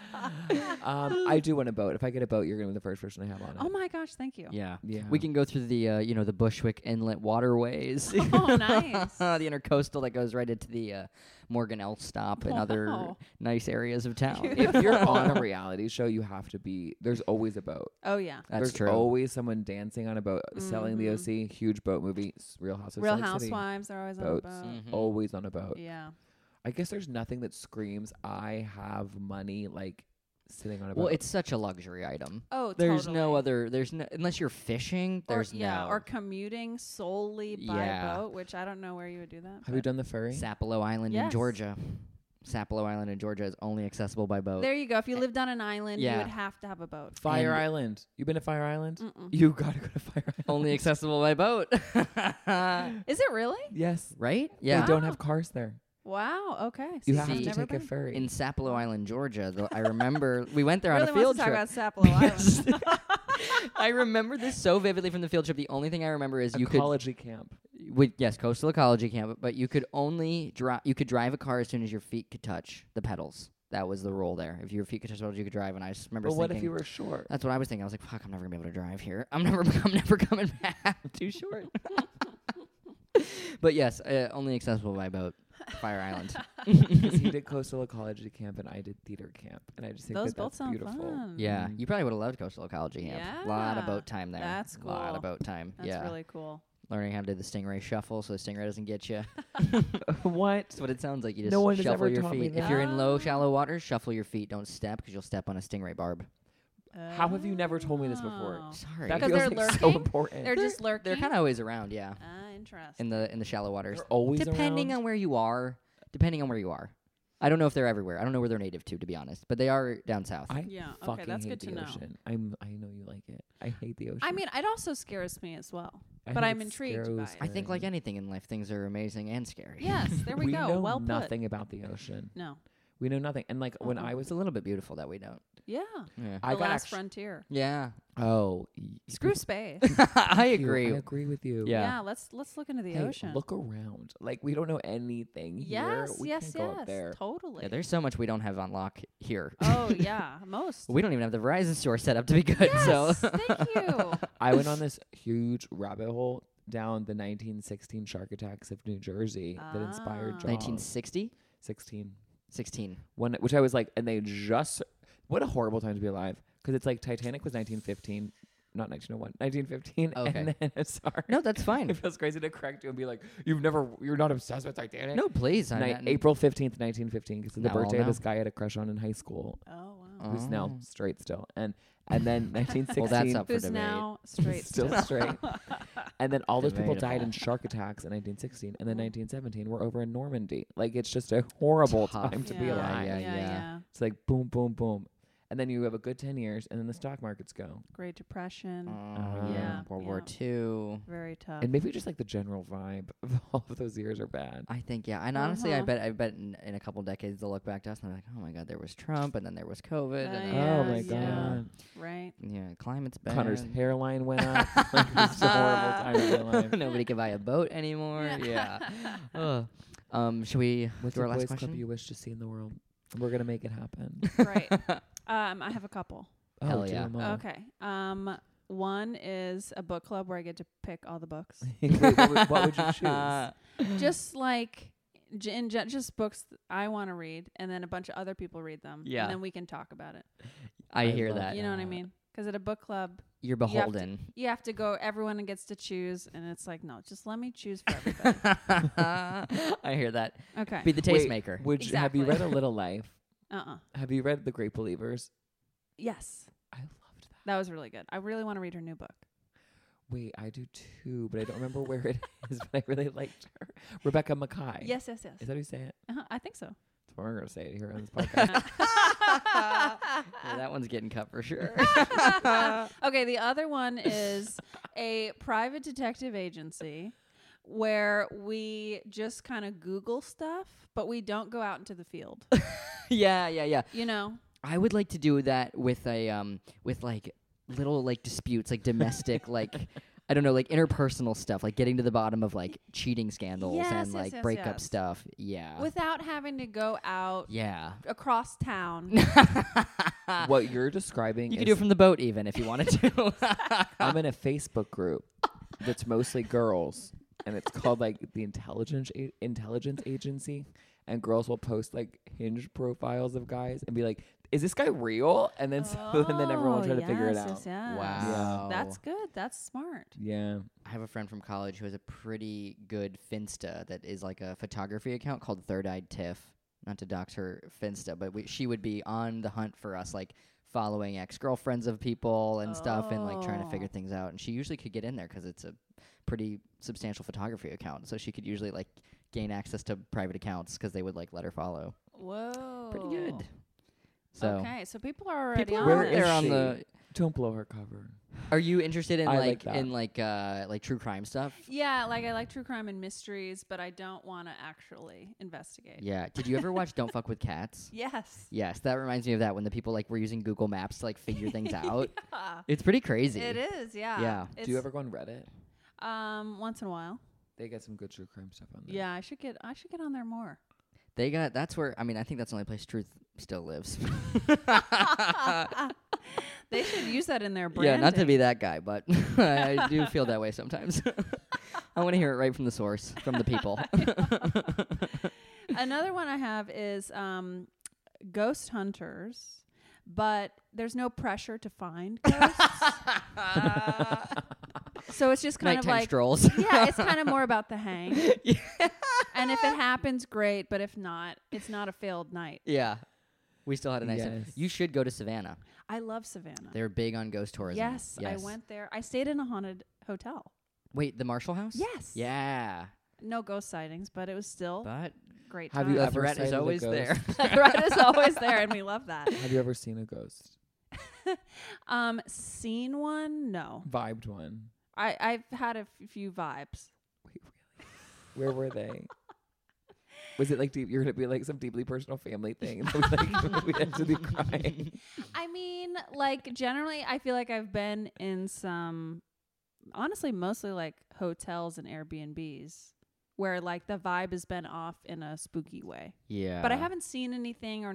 um, I do want a boat. If I get a boat, you're gonna be the first person I have on it. Oh my gosh, thank you. yeah. yeah, We can go through the uh, you know the Bushwick Inlet waterways. Oh, nice. the intercoastal that goes right into the uh, Morgan L stop and other Wow. nice areas of town. If you're on a reality show, you have to be. There's always a boat. Oh yeah. That's There's true. always someone dancing on a boat, selling the OC. Huge boat movie. s- Real Housewives. of Mm-hmm. Real Salt Lake City. Housewives are always Boats. Mm. on a boat. Mhm. Always on a boat. Yeah. I guess there's nothing that screams "I have money" like sitting on a boat. well, it's such a luxury item. Oh, There's no totally. other. There's no unless you're fishing. Or- There's yeah, no. or commuting solely by Yeah. boat, which I don't know where you would do that. have you but- done the furry? Sapelo Island in Yes. Georgia. Sapelo Island in Georgia is only accessible by boat. There you go. If Eh, you lived on an island, Yeah. you would have to have a boat. Fire And- Island. You been to Fire Island? Mm-mm. You gotta go to Fire Island. only accessible by boat. Is it really? Yes. right? Yeah. They don't have cars there. Wow. Okay. You See, have to I've take never a been. ferry. in Sapelo Island, Georgia. Though I remember we went there really on a field wants to trip. talk about Sapelo Yes. Island. I remember this so vividly from the field trip. The only thing I remember is you ecology camp. could, with, yes, coastal ecology camp, but you could only drive. You could drive a car as soon as your feet could touch the pedals. That was the rule there. If your feet could touch the pedals, you could drive. And I just remember But what thinking, if you were short? That's what I was thinking. I was like, "Fuck, I'm never gonna be able to drive here. I'm never, I'm never coming back. Too short." but yes, uh, only accessible by boat. Fire Island. Because he did coastal ecology camp and I did theater camp, and I just think Those that both that's sound beautiful. fun. Yeah, Mm. you probably would have loved coastal ecology camp. A lot of Yeah, boat time there. that's A lot of cool. boat time. That's yeah, really cool. learning how to do the stingray shuffle so the stingray doesn't get you. what? That's what it sounds like. You just No one has shuffle ever your taught me feet. If that. you're in low, Oh. shallow water, shuffle your feet. Don't step because you'll step on a stingray barb. How have you never told me this before? Oh. Sorry, That Because feels they're like so lurking. important. They're just lurking. they're kind of always around. Yeah, Ah, interesting. in the in the shallow waters. They're always depending around. on where you are depending on where you are i don't know if they're everywhere i don't know where they're native to to be honest but they are down south I Yeah, okay, fucking that's hate good to the know. ocean. I'm. I know you like it. I hate the ocean. I mean, it also scares me as well. I but think I'm it's intrigued by scary. it. I think like anything in life things are amazing and scary Yes, there we, we go. know well put. Uh-huh. nothing about the ocean. No. We know nothing. And like when I was, It's a little bit beautiful that we don't. Yeah. Yeah. I the got last act- frontier. Yeah. oh, y- Screw space. I thank you. agree. I agree with you. Yeah. yeah. Let's let's look into the Hey, ocean. look around. Like we don't know anything here. yes. We can't yes. yes. go up there. Totally. Yeah, there's so much we don't have on lock here. oh yeah. Most. We don't even have the Verizon store set up to be good. yes. So thank you. Oh, I went on this huge rabbit hole down the 1916 shark attacks of New Jersey that inspired Ah. Jaws. 1960, 16. 16. When, which I was like, and they just, what a horrible time to be alive. Because it's like Titanic was 1915, not 1901, 1915. Okay. And then, I'm sorry. No, that's It fine. feels crazy to correct you and be like, you've never, you're not obsessed with Titanic. No, please. I'm Ni- not- April 15th, 1915, because of the Now I'll birthday of know. this guy I had a crush on in high school, Oh wow. who's now Oh. straight still. And and then 1916. Well, that's up for Who's debate. now straight? still still. straight. and then all those people died Debatable. in shark attacks in 1916, and then 1917 we're over in Normandy. Like it's just a horrible Tough. time to yeah. be alive. Yeah, Yeah, yeah, yeah. It's like boom, boom, boom, and then you have a good 10 years, and then the stock markets go. Great depression. Oh, Yeah, World War yeah. Two. Very tough. Mm. And maybe just like the general vibe of all of those years are bad. I think yeah, and honestly, I Uh-huh. bet I bet in, in a couple decades they'll look back to us and they're like, oh my god, there was Trump, and then there was COVID, Uh, and then oh Yeah, my this, you know, god. yeah. right. yeah, climate's bad. Connor's hairline went up. like, it's a horrible time to be alive. Nobody can buy a boat anymore. Yeah. Ugh. Um, should we What's do your our last boys question? club you wish to see in the world? We're gonna make it happen. right. Um, I have a couple. Oh, Hell do yeah. them all. Okay. Um, one is a book club where I get to pick all the books. Wait, what, would, what would you choose? just like j- in gen- just books th- I want to read, and then a bunch of other people read them. Yeah. And then we can talk about it. I I hear love that. You know what I Uh, mean? Because at a book club, You're have to- beholden. you have to go. Everyone gets to choose, and it's like, no, just let me choose for everybody. I hear that. okay. Be the Wait, tastemaker. Would you, have you read A Exactly. Little Life? Uh. uh Have you read The Great Believers? Yes, I loved that. that was really good. I really want to read her new book. Wait, I do too, but I don't remember where it is. But I really liked her, Rebecca Mackay. Yes, yes, yes. is that who you say it? Uh-huh, I think so. That's what we're gonna say it here on this podcast. Yeah, that one's getting cut for sure. okay, the other one is a private detective agency where we just kind of Google stuff, but we don't go out into the field. yeah, yeah, yeah. You know? I would like to do that with a um with like little like disputes, like domestic, like I don't know, like interpersonal stuff, like getting to the bottom of like cheating scandals Yes, and yes, like yes, breakup yes. stuff. Yeah. Without having to go out yeah. across town. what you're describing, You is could do it from the boat even if you wanted to. I'm in a Facebook group that's mostly girls, and it's called like the intelligence a- intelligence agency. And girls will post like hinge profiles of guys and be like, "Is this guy real?" And then so, and then everyone will try to figure it out. Oh, Yes, yes. Wow. That's good. That's smart. Yeah. I have a friend from college who has a pretty good Finsta that is like a photography account called Third Eyed Tiff. Not to dox her Finsta, but we, she would be on the hunt for us, like following ex girlfriends of people and stuff, and like trying to figure Oh. things out. And she usually could get in there 'cause it's a pretty substantial photography account, so she could usually like gain access to private accounts 'cause they would like let her follow. Whoa. Pretty good. So Oh. okay, so people are already people on are Where out it. is there on she? the. Don't blow her cover. Are you interested in I like like, that. in like uh like true crime stuff? Yeah, like I like true crime and mysteries, but I don't want to actually investigate. Yeah. Did you ever watch Don't Fuck with Cats? Yes. Yes, that reminds me of that when the people like were using Google Maps to like figure things out. Yeah. It's pretty crazy. It is, yeah. Yeah. do you It's- ever go on Reddit? um once in a while? They get some good true crime stuff on there. Yeah, I should get I should get on there more. They got that's where I mean I think that's the only place truth still lives. They should use that in their brand. yeah, not to be that guy, but I do feel that way sometimes. I want to hear it right from the source, from the people. Another one I have is um ghost hunters, but there's no pressure to find ghosts. so it's just kind Nighttime of like strolls. yeah, it's kind of more about the hang. And if it happens, great. But if not, it's not a failed night. yeah. We still had a nice time. Yes. You should go to Savannah. I love Savannah. They're big on ghost tourism. yes, I went there. I stayed in a haunted hotel. Wait, the Marshall House? Yes. Yeah. No ghost sightings, but it was still But great. Have time. you the ever threat sighted is a always ghost? there. The threat is always there, and we love that. Have you ever seen a ghost? Um, seen one? No. Vibed one. I I've had a f- few vibes. Wait, really? Where were they? Was it like deep, you're gonna be like some deeply personal family thing? And like, we had to be crying. I mean, like generally, I feel like I've been in some, honestly, mostly like hotels and Airbnbs where like the vibe has been off in a spooky way. Yeah. But I haven't seen anything or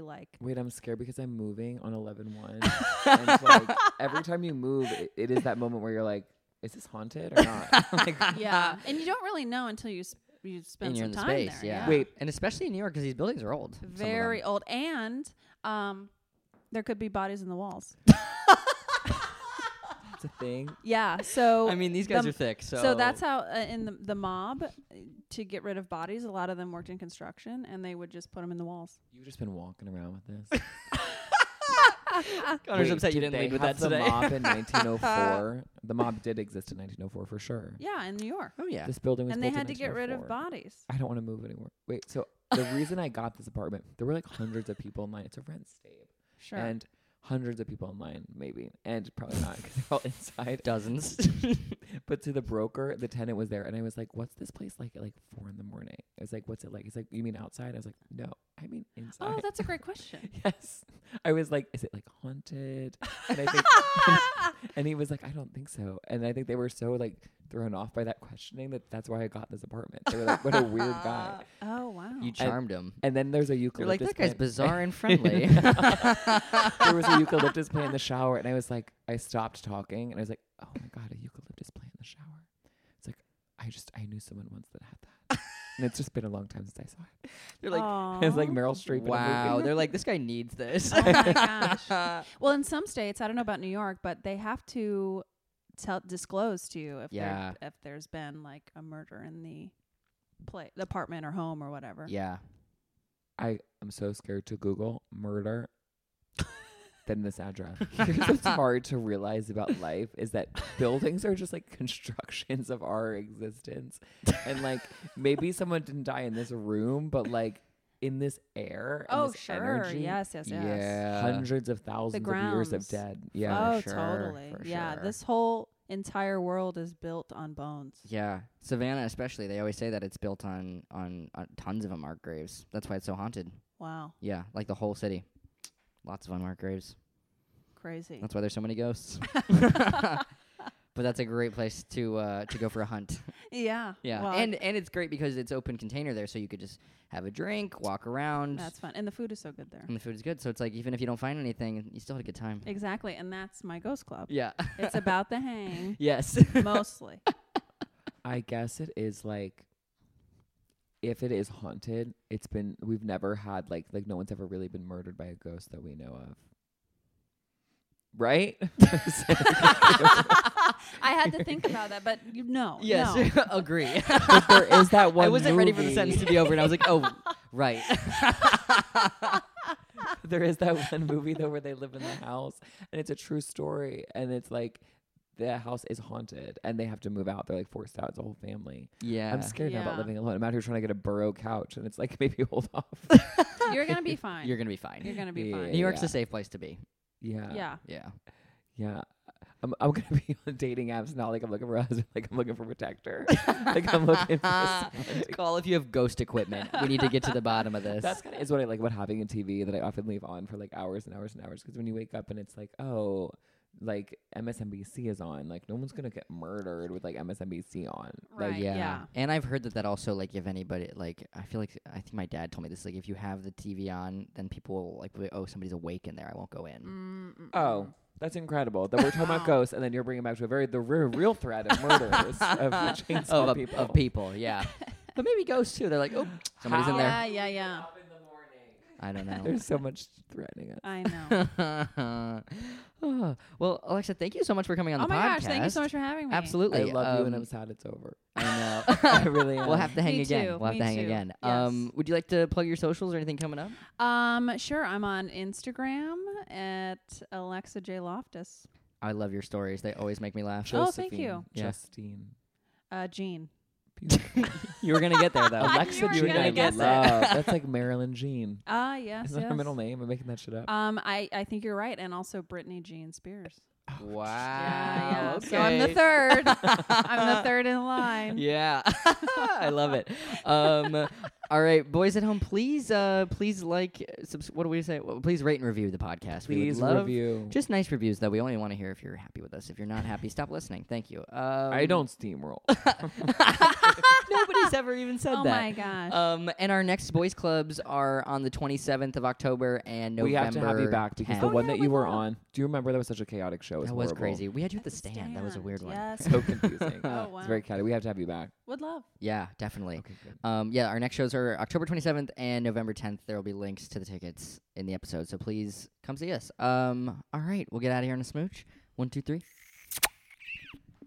like. Wait, I'm scared because I'm moving on 11 1. and it's like, every time you move, it, it is that moment where you're like, is this haunted or not? like, Yeah, and you don't really know until you s- you And spend you're some in the time space, there. yeah. Wait. and especially in New York because these buildings are old. some of them. very old, and um, there could be bodies in the walls. it's a thing. Yeah, so I mean, these guys the- are thick. So, So that's how uh, in the, the mob uh, to get rid of bodies, a lot of them worked in construction and they would just put them in the walls. You've just been walking around with this. Connor's Wait, upset you did didn't they lead with have that today. The mob in 1904. the mob did exist in 1904 for sure. Yeah, in New York. oh yeah. This building was And they built in had to get rid of 1904. bodies. I don't want to move anymore. Wait, so the reason I got this apartment, there were like hundreds of people in line. It's a rent stave, Sure. and hundreds of people in line, maybe, and probably not because they're all inside. Dozens. Oh. But to the broker, the tenant was there, and I was like, "What's this place like at like four in the morning?" I was like, "What's it like?" He's like, "You mean outside?" I was like, "No, I mean inside." oh, that's a great question. yes, I was like, "Is it like haunted?" And I think, and he was like, "I don't think so." And I think they were so like thrown off by that questioning that that's why I got this apartment. They were like, "What a weird guy." Oh, wow. you charmed him. And then there's a You're eucalyptus. like that guy's plant- bizarre and friendly. there was a eucalyptus plant in the shower, and I was like, I stopped talking, and I was like, oh my god, a eucalyptus plant in the shower. It's like I just I knew someone once that had that, and it's just been a long time since I saw it. You're like, It's like Aw. Meryl Streep. in a wow. movie. They're like, this guy needs this. oh my gosh. Well, in some states, I don't know about New York, but they have to tell disclose to you if Yeah. there if there's been like a murder in the play the apartment or home or whatever. yeah. I am so scared to Google murder. than this address. Here's what's hard to realize about life is that buildings are just like constructions of our existence. And like maybe someone didn't die in this room, but like in this air. and Oh, this sure. energy, Yes, yes, yes. Yeah. hundreds of thousands of years of grounds. dead. Yeah. oh, for sure, totally. for Yeah, sure. this whole entire world is built on bones. Yeah, Savannah especially. They always say that it's built on on, on tons of unmarked graves. That's why it's so haunted. Wow, Yeah, like the whole city, lots of unmarked graves. crazy. That's why there's so many ghosts. but that's a great place to uh, to go for a hunt. Yeah. Yeah, Well, and and it's great because it's open container there, so you could just have a drink, walk around, that's fun. And the food is so good there. and the food is good. So it's like even if you don't find anything, you still had a good time. Exactly. And that's my ghost club. Yeah. It's about the hang yes. mostly. I guess it is like if it is haunted, it's been we've never had like like no one's ever really been murdered by a ghost that we know of. Right? I had to think about that, but you know. yes. No. Agree. but there is that one I wasn't ready for the movie- sentence to be over, and I was like, oh, right. There is that one movie though where they live in the house and it's a true story and it's like the house is haunted and they have to move out. They're like forced out. It's a whole family. Yeah. I'm scared now about Yeah. living alone. I'm out here trying to get a burrow couch and it's like maybe hold off. You're going to be fine. You're You're, gonna be fine. going to be Yeah. fine. New York's Yeah. a safe place to be. Yeah. yeah. Yeah. Yeah. I'm, I'm gonna be on dating apps now. Like I'm looking for a husband. Like I'm looking for a protector. like I'm looking for. Someone to, Call if you have ghost equipment. We need to get to the bottom of this. that's kind of is what I like about having a TV that I often leave on for like hours and hours and hours. Because when you wake up and it's like, oh, like MSNBC is on. Like no one's gonna get murdered with like MSNBC on. Right. Like, yeah. yeah. And I've heard that that also like if anybody like I feel like I think my dad told me this like if you have the TV on then people will, like be, oh somebody's awake in there I won't go in. Mm-mm-mm. oh, that's incredible. That we're talking about ghosts, and then you're bringing back to a very the real, real threat of murders of chainsaw Oh, Of, a- people. of people, yeah. but maybe ghosts too. They're like oh somebody's in there. Yeah, yeah, yeah. I don't know. There's so much threatening us. I know. Oh, well, Alexa, thank you so much for coming on oh the my podcast. gosh, thank you so much for having me. Absolutely. I love you, and Um, I'm sad it's over. I know. I really am. We'll have to hang Me again. too, We'll have me to hang too. again. Yes. Um, would you like to plug your socials or anything coming up? Um, sure. I'm on Instagram at Alexa J Loftus. I love your stories. They always make me laugh. Oh, thank you. Yeah. Justine. Uh, Jean. you were gonna get there though. I Alexa knew you were Jean. gonna I guess it. love. That's like Marilyn Jean. Ah, yes. Isn't that her yes. middle name? I'm making that shit up. Um, I, I think you're right, and also Brittany Jean Spears. wow. Ah, yeah, yeah. So I'm the third. I'm the third in line. Yeah, I love it. Um, All right, boys at home, please, uh, please like, uh, subs- what do we say? Well, please rate and review the podcast. we would Please love review. Just nice reviews, though. We only want to hear if you're happy with us. If you're not happy, stop listening. Thank you. Um, I don't steamroll. Nobody's ever even said oh that. my gosh. Um, and our next boys clubs are on the 27th of October and November. we have to have you back because the 10th. Oh, one yeah, that we you were will. on. Do you remember that was such a chaotic show? It that was was horrible. crazy. We had you at the stand. That was a weird one. Yes. So confusing. oh It's wow. very chaotic. We have to have you back. Would love. Yeah, definitely. Okay, good. Um, yeah, our next shows are October 27th and November 10th. There will be links to the tickets in the episode, so please come see us. Um, all right, we'll get out of here on a smooch. One, two, three.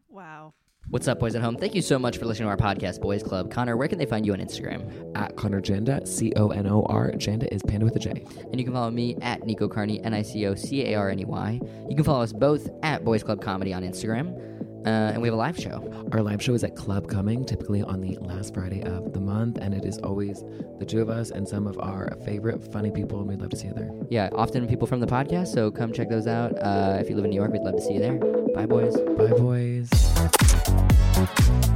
Wow. What's up, boys at home? Thank you so much for listening to our podcast, Boys Club. Connor, where can they find you on Instagram? At Connor Janda, C O N O R. Janda is panda with a J. And you can follow me at Nico Carney, N I C O C A R N E Y. You can follow us both at Boys Club Comedy on Instagram. Uh, and we have a live show. Our live show is at Club Coming, typically on the last Friday of the month, and it is always the two of us and some of our favorite funny people, and we'd love to see you there. Yeah, often people from the podcast, so come check those out. Uh, if you live in New York, we'd love to see you there. Bye, boys. Bye, boys.